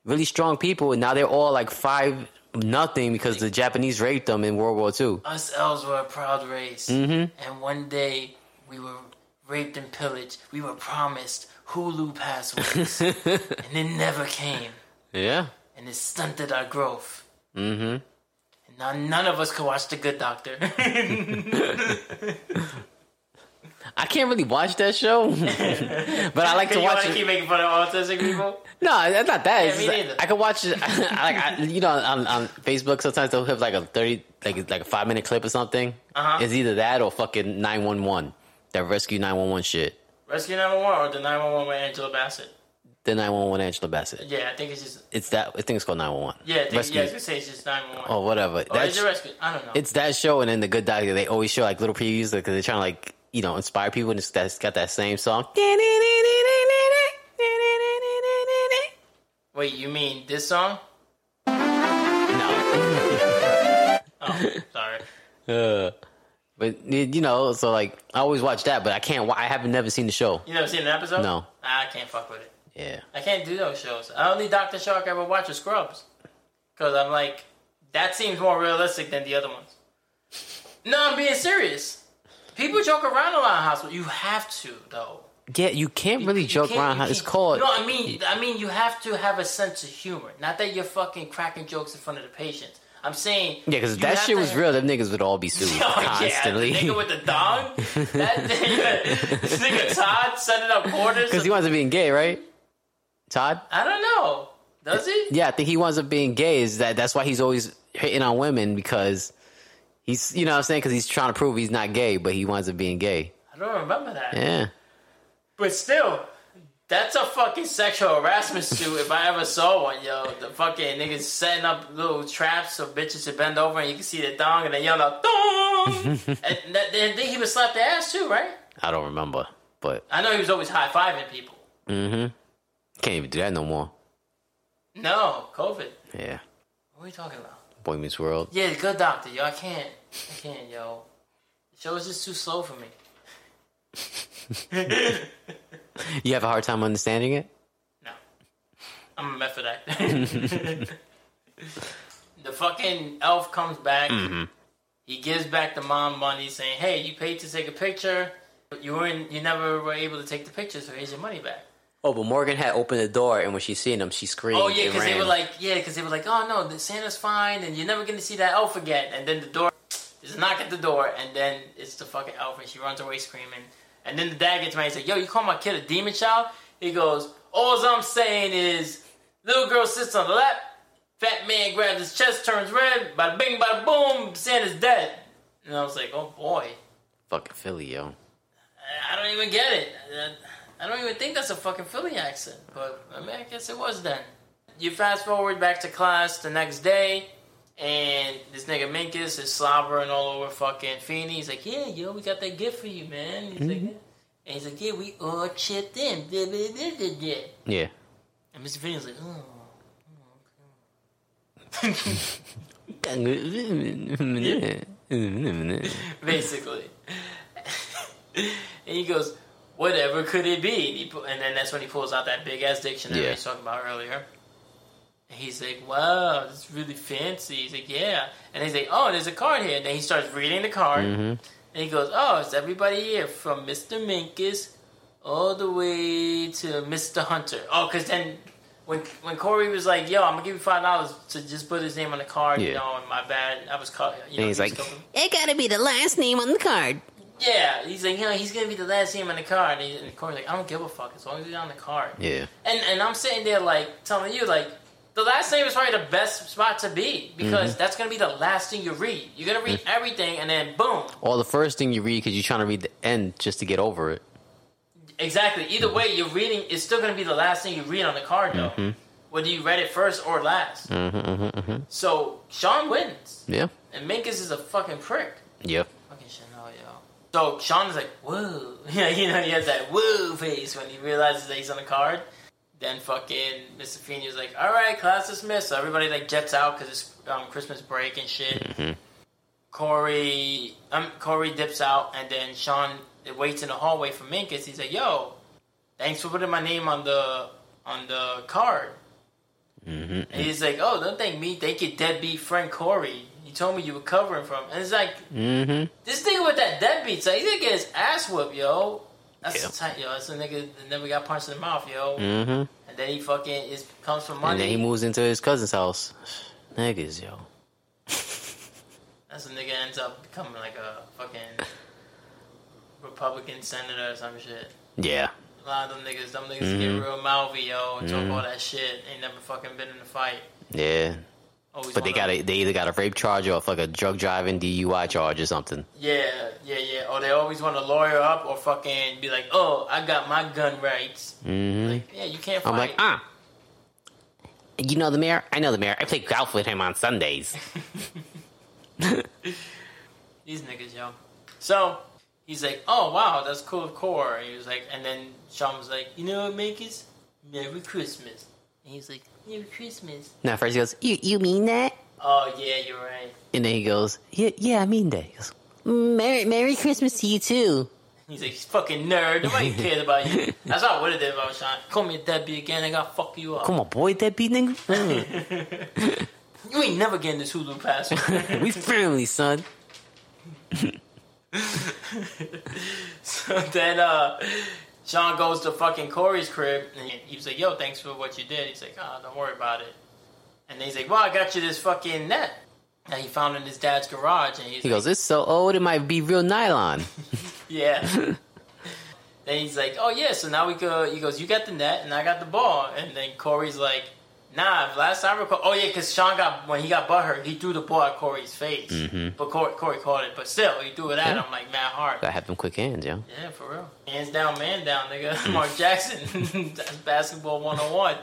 S2: really strong people, and now they're all like five nothing because the Japanese raped them in World War II.
S1: Us elves were a proud race, mm-hmm. and one day we were raped and pillaged. We were promised Hulu
S2: (laughs)
S1: passwords, and it never came,
S2: Yeah.
S1: and it stunted our growth. Mm-hmm. And now none of us could watch The Good Doctor.
S2: I can't really watch that show, (laughs) but I
S1: (laughs)
S2: like to
S1: you
S2: watch
S1: want to
S2: it.
S1: keep making fun of autistic people?
S2: No, that's not that. It's
S1: me
S2: just like-
S1: neither.
S2: I could watch it. (laughs) I, like I, you know, on, on Facebook sometimes they'll have like a thirty, like like a five minute clip or something.
S1: Uh-huh.
S2: It's either that or fucking nine one one, that rescue nine one one shit.
S1: Rescue 911 or the 911 with Angela Bassett.
S2: The 911 Angela Bassett.
S1: Yeah, I think it's just.
S2: It's that. I think it's called 911.
S1: Yeah, I think,
S2: Rescue.
S1: yeah, I was gonna say it's just 911.
S2: Oh, whatever.
S1: or is
S2: That's
S1: it rescue? I don't know.
S2: it's that show, and then the Good Doctor. They always show like little previews because they're trying to like you know inspire people, and it's that's got that same song. No,
S1: Wait, you mean this song?
S2: (laughs)
S1: Oh, sorry.
S2: uh, but you know, so like I always watch that, but I can't. wa- I haven't never seen the show.
S1: You never seen an episode?
S2: No.
S1: I can't fuck with it.
S2: Yeah,
S1: I can't do those shows. I only Doctor Shark ever watch is Scrubs, because I'm like, that seems more realistic than the other ones. No, I'm being serious. People joke around a lot in hospital. You have to though.
S2: yeah. You can't really
S1: You
S2: joke
S1: can't-
S2: around.
S1: you
S2: How it's
S1: can't-
S2: called.
S1: No, I mean, I mean, you have to have a sense of humor. Not that you're fucking cracking jokes in front of the patients. I'm saying,
S2: Yeah, because if
S1: you
S2: that
S1: have
S2: shit
S1: to
S2: was
S1: have-
S2: real, them niggas would all be sued
S1: (laughs) Oh,
S2: constantly.
S1: Yeah, the
S2: (laughs)
S1: nigga with the dong. That nigga, (laughs) this nigga Todd setting up
S2: (laughs)
S1: quarters.
S2: Because he winds up being gay, right? Todd?
S1: I don't know. Does he?
S2: Yeah, I think he winds up being gay. Is that that's why he's always hitting on women because he's you know what I'm saying because he's trying to prove he's not gay, but he winds up being gay.
S1: I don't remember that.
S2: Yeah,
S1: But still, that's a fucking sexual harassment suit if I ever saw one, yo. The fucking niggas setting up little traps so bitches to bend over and you can see the dong and they yell out dong. and, that, and then he would slap their ass too, right?
S2: I don't remember, but
S1: I know he was always high fiving people.
S2: can't even do that no more.
S1: No, COVID.
S2: Yeah,
S1: What are you talking about?
S2: Boy Meets World.
S1: Yeah, good doctor, yo. I can't. I can't, yo. The show is just too slow for me.
S2: You have a hard time understanding it.
S1: No. I'm a method actor. the fucking elf comes back. He gives back the mom money, saying, "Hey, you paid to take a picture, but you weren't. You never were able to take the picture, so here's your money back."
S2: Oh, but Morgan had opened the door, and when she seen him, she screamed.
S1: Oh yeah,
S2: and
S1: because they
S2: ran.
S1: were like, yeah, because they were like, "Oh no, the Santa's fine, and you're never gonna see that elf again." And then the door, there's a knock at the door, and then it's the fucking elf, and she runs away screaming. And then the dad gets mad. He's like, "Yo, you call my kid a demon child?" He goes, "All I'm saying is, little girl sits on the lap, Fat man grabs his chest, turns red, bada bing, bada boom, Santa's dead. And I was like, oh boy.
S2: "Fucking Philly, yo."
S1: I- I don't even get it. I- I don't even think that's a fucking Philly accent. But I mean, I guess it was then. You fast forward back to class the next day, and this nigga Minkus is slobbering all over fucking Feeney. He's like, yeah, yo, we got that gift for you, man. He's like, and he's like, yeah, we all chipped in. (laughs) Blah, blah, blah, blah, blah.
S2: Yeah,
S1: And Mr. Feeney's like, oh.
S2: Mm-hmm. yeah,
S1: (laughs) basically. and he goes, "Whatever could it be?" And, he, pu- and then that's when he pulls out that big ass dictionary
S2: Yeah.
S1: he was talking about earlier. And he's like, "Wow, this is really fancy." He's like, "Yeah," and he's like, "Oh, there's a card here." And then he starts reading the card,
S2: Mm-hmm.
S1: and he goes, "Oh, it's everybody here from Mister Minkus all the way to Mister Hunter." Oh, because then. When, when Corey was like, "Yo, I'm gonna give you five dollars to just put his name on the card," you
S2: Yeah.
S1: know, and my bad, I was caught. You know,
S2: he's
S1: he was
S2: like,
S1: talking-
S2: it gotta be the last name on the card.
S1: yeah, he's like, you know, he's gonna be the last name on the card. And, he, and Corey's like, I don't give a fuck as long as he's on the card.
S2: Yeah.
S1: And and I'm sitting there like telling you like the last name is probably the best spot to be because that's gonna be the last thing you read. You're gonna read everything and then boom,
S2: Or the first thing you read because you're trying to read the end just to get over it.
S1: exactly. Either way, you're reading. It's still gonna be the last thing you read on the card though, whether you read it first or last. So Sean wins,
S2: Mm-hmm, Yeah.
S1: and Minkus is a fucking prick.
S2: Yep.
S1: Fucking Chanel, yo. So Sean is like, whoa. (laughs) Yeah, you know, he has that whoa face when he realizes that he's on the card. Then fucking Mr. Feeney is like, all right, class dismissed. So everybody like jets out because it's um, Christmas break and shit. Corey, um, Corey dips out, and then Sean waits in the hallway for Minkus. He's like, yo, thanks for putting my name on the on the card.
S2: Mm-hmm,
S1: And he's like, oh, don't thank me. Thank your deadbeat friend Corey. You told me you were covering from. And it's like,
S2: Mm-hmm.
S1: this nigga with that deadbeat, so he's gonna get his ass whooped, yo. That's
S2: Yeah.
S1: tight, yo. That's a nigga that never got punched in the mouth, yo.
S2: Mm-hmm.
S1: And then he fucking is comes from
S2: And then
S1: money.
S2: he moves into his cousin's house. Niggas, yo.
S1: That's a nigga ends up becoming like a fucking Republican senator or some shit.
S2: Yeah.
S1: A lot of them niggas, them
S2: Mm-hmm.
S1: niggas get real mouthy, yo, and talk all that shit. Ain't never fucking been in a fight.
S2: Yeah.
S1: Always
S2: But they
S1: wanna-
S2: got a, they either got a rape charge or like a drug driving DUI charge or something.
S1: Yeah, yeah, yeah. Or they always want to lawyer up or fucking be like, oh, I got my gun rights.
S2: hmm
S1: Yeah, you can't fight.
S2: I'm like, ah. You know the mayor? I know the mayor. I play golf with him on Sundays. "Ah."
S1: (laughs) These niggas, yo. So he's like, oh wow, that's cool core. He was like, and then Sean was like, you know what, Makers? Merry Christmas. And he's like, Merry Christmas.
S2: Now first he goes, you you mean that?
S1: Oh yeah, you're right.
S2: And then he goes, yeah, yeah, I mean that. He goes, Merry Merry Christmas to you too.
S1: He's like, fucking nerd.
S2: (laughs)
S1: Nobody cared about you. That's what I would have did if I was Sean. Call me a deadbeat again. I gotta fuck you up.
S2: Come on, boy, that beat nigga.
S1: (laughs) You ain't never getting this Hulu password.
S2: (laughs) (laughs) we family, son.
S1: (laughs) so then uh Sean goes to fucking Corey's crib and he was like, Yo, thanks for what you did. He's like, Oh, don't worry about it. And then he's like, Well, I got you this fucking net that he found in his dad's garage and he's
S2: He
S1: like,
S2: goes, it's so old it might be real nylon. (laughs)
S1: Yeah. (laughs) then he's like, Oh yeah, so now we go he goes, You got the net and I got the ball and then Corey's like Nah, if last I recall, oh yeah, because Sean got when he got butthurt, he threw the ball at Corey's face,
S2: Mm-hmm.
S1: but Corey, Corey caught it. But still, he threw it at him like mad hard.
S2: Gotta have them quick hands, yo.
S1: Yeah, for real. Hands down, man down, nigga. (laughs) Mark Jackson. (laughs) That's basketball 101.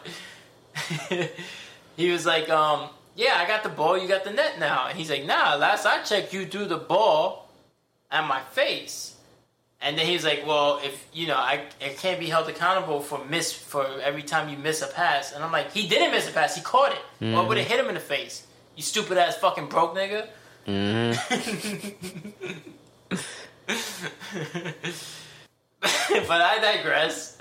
S1: (laughs) he was like, um, yeah, I got the ball, you got the net now. And he's like, nah, last I checked, you threw the ball at my face. And then he's like, well, if, you know, I, I can't be held accountable for miss, for every time you miss a pass. And I'm like, he didn't miss a pass, he caught it. Or would have hit him in the face. You stupid ass fucking broke nigga.
S2: Mm-hmm.
S1: (laughs) but I digress.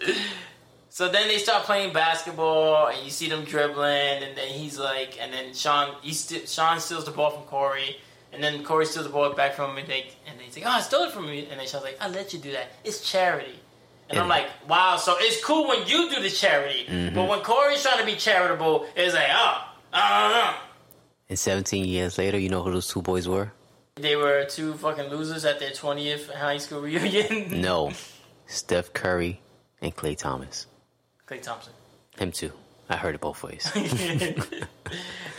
S1: So then they start playing basketball, and you see them dribbling, and then he's like, and then Sean, he st- Sean steals the ball from Corey, and then Corey steals the ball back from him, and, they, and then he's like, "Oh, I stole it from you," and then Sean's like, "I let you do that. It's charity." And I'm
S2: Yeah. Mm-hmm.
S1: like, "Wow, so it's cool when you do the charity, but when Corey's trying to be charitable, it's like, oh, I
S2: And 17 years later, you know who those two boys were?
S1: don't know." They were two fucking losers at their 20th high school (laughs) reunion.
S2: No. Steph Curry and Clay Thomas.
S1: Clay Thompson.
S2: Him too. I heard it both ways.
S1: (laughs)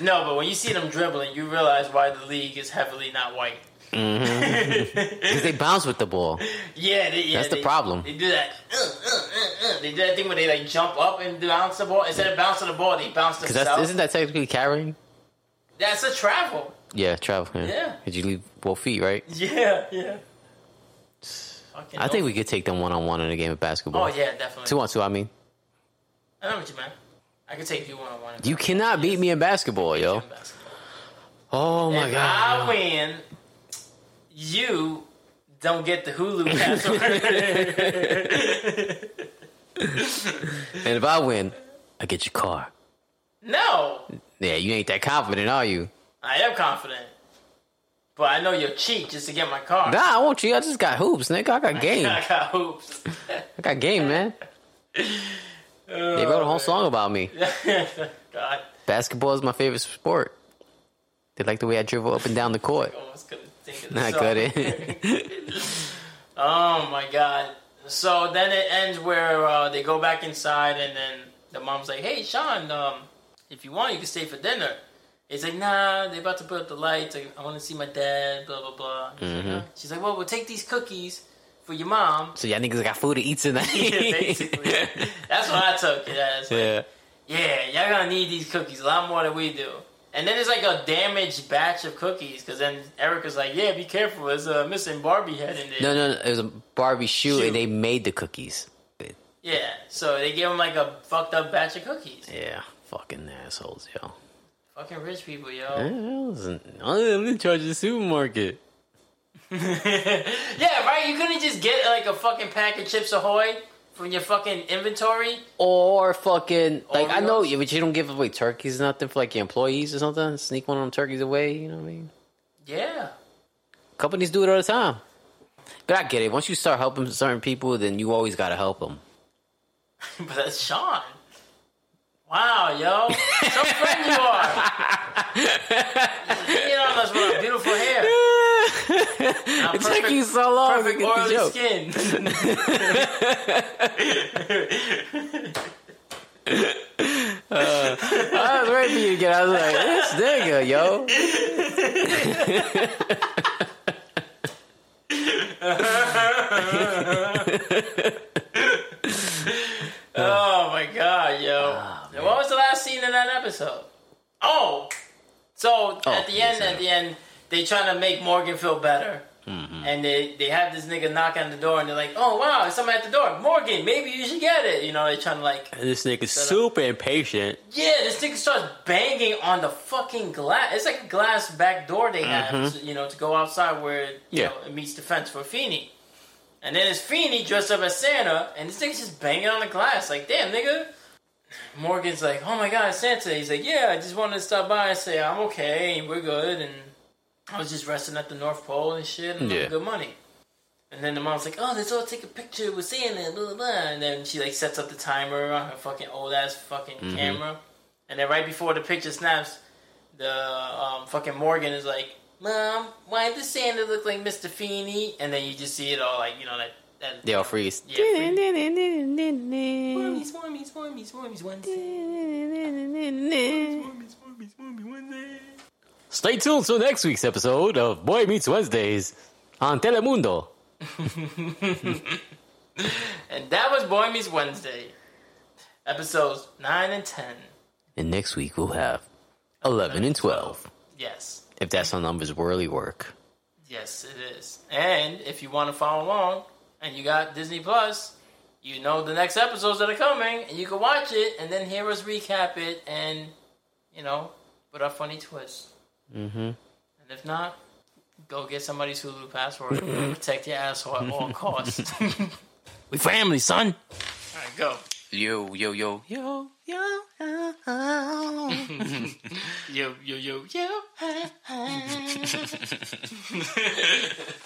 S1: No, but when you see them dribbling, you realize why the league is heavily not white.
S2: Because they bounce with the ball.
S1: Yeah, they, yeah
S2: That's the
S1: they-
S2: problem.
S1: They do that. Uh, uh, uh, uh. They do that thing where they like jump up and bounce the ball instead of bouncing the ball, they bounce
S2: Because that's,
S1: themselves.
S2: isn't that technically carrying?
S1: That's a travel. (laughs)
S2: Yeah, travel.
S1: Yeah.
S2: Because you leave both feet, right?
S1: Yeah, yeah. Fucking
S2: I think
S1: dope.
S2: we could take them one on one in a game of basketball.
S1: Oh yeah, definitely.
S2: Two on two, I mean.
S1: I know what you mean. I could take you one on one.
S2: You cannot beat me in basketball, yo. Oh my
S1: if I
S2: god.
S1: win, you don't get the Hulu
S2: (laughs)
S1: password.
S2: And if I win, I get your car.
S1: (laughs) no,
S2: Yeah, you ain't that confident, are you?
S1: I am confident, but I know you'll cheat just to get my car.
S2: Nah, I won't you. I just got hoops, nigga. I got game.
S1: (laughs) I
S2: I
S1: got (laughs) hoops.
S2: got game,
S1: (laughs)
S2: man. They
S1: Oh,
S2: wrote a whole song about me.
S1: God,
S2: Basketball is my favorite sport. They like the way I dribble up and down the court.
S1: I almost couldn't think of the
S2: I
S1: song. (laughs)
S2: couldn't.
S1: Oh my God! So then it ends where uh, they go back inside, and then the mom's like, "Hey, Sean, um, if you want, you can stay for dinner." He's like, "Nah, they about to put up the lights. I, I want to see my dad." Blah blah blah. He's like, "Huh?" She's like, "Well, we'll take these cookies for your mom." (laughs)
S2: so y'all niggas got food to eat tonight.
S1: Yeah,
S2: (laughs)
S1: basically, that's what I took it as.
S2: yeah.
S1: Yeah, y'all gonna need these cookies a lot more than we do. And then there's like a damaged batch of cookies because then Erica's like, "Yeah, be careful. There's a missing Barbie head in there."
S2: No, no, no. It was a Barbie shoe,
S1: Shoe.
S2: and they made the cookies.
S1: Yeah, so they give him like a fucked up batch of cookies.
S2: Yeah, fucking assholes, yo.
S1: Fucking rich people, yo.
S2: I wasn't- I'm in charge of the supermarket.
S1: (laughs) yeah, right. You couldn't just get like a fucking pack of Chips Ahoy from your fucking inventory.
S2: Or fucking like I know,
S1: Oreos?
S2: yeah, but you don't give away turkeys or nothing for like your employees or something. Sneak one of them turkeys away. You know what I mean?
S1: Yeah,
S2: Companies do it all the time. But I get it. Once you start helping certain people, then you always gotta help them.
S1: (laughs) but that's Sean. Wow, yo, so friend you
S2: (laughs)
S1: are. you know that's what a beautiful
S2: (laughs)
S1: hair,
S2: it
S1: perfect-
S2: took you so long to
S1: perfect
S2: get the
S1: oily
S2: joke. (laughs)
S1: skin.
S2: I was ready for you to get. I was like, this nigga, yo.
S1: Oh my god, yo!
S2: Ah,
S1: what was the last scene in that episode? Oh, so
S2: Oh,
S1: at the end,
S2: yes, I
S1: at the end, they trying to make Morgan feel better,
S2: Mm-hmm.
S1: and they they have this nigga knock on the door, and they're like, "Oh wow, there's somebody at the door, Morgan. Maybe you should get it." You know, they trying to like,
S2: This nigga's super impatient.
S1: yeah, this nigga starts banging on the fucking glass. It's like a glass back door they have, to- you know, to go outside where you
S2: Yeah.
S1: know it meets the fence for Feeny. And then it's Feeny dressed up as Santa, and this nigga's just banging on the glass. Like, damn, nigga. Morgan's like, oh my god, Santa. He's like, yeah, I just wanted to stop by and say I'm okay, and we're good, and I was just resting at the North Pole and shit, and
S2: Yeah.
S1: yeah. good money. And then the mom's like, oh, let's all take a picture with Santa, blah, blah, blah. And then she, like, sets up the timer on her fucking old-ass fucking
S2: Mm-hmm.
S1: camera. And then right before the picture snaps, the um, fucking Morgan is like, Mom, why does Santa look like Mr. Feeney? And then you just see it all, like, you know, that... that
S2: They all freeze.
S1: Yeah, freeze. Wormies, wormies, wormies, wormies, Wednesday. Wormies, wormies, wormies, Wednesday.
S2: Stay tuned to next week's episode of Boy Meets Wednesdays on Telemundo.
S1: And that was Boy Meets Wednesday. Episodes 9 and 10.
S2: And next week we'll have 11 and 12,
S1: Yes.
S2: if that's how numbers really work.
S1: Yes, it is. And if you want to follow along and you got Disney Plus, you know the next episodes that are coming and you can watch it and then hear us recap it and, you know, put our funny twist. Mm-hmm. And if not, go get somebody's Hulu password and protect your asshole at all costs. all right,
S2: We family, son.
S1: go.
S2: Yo, yo, yo, yo, yo.
S1: Yo, yo, yo, yo.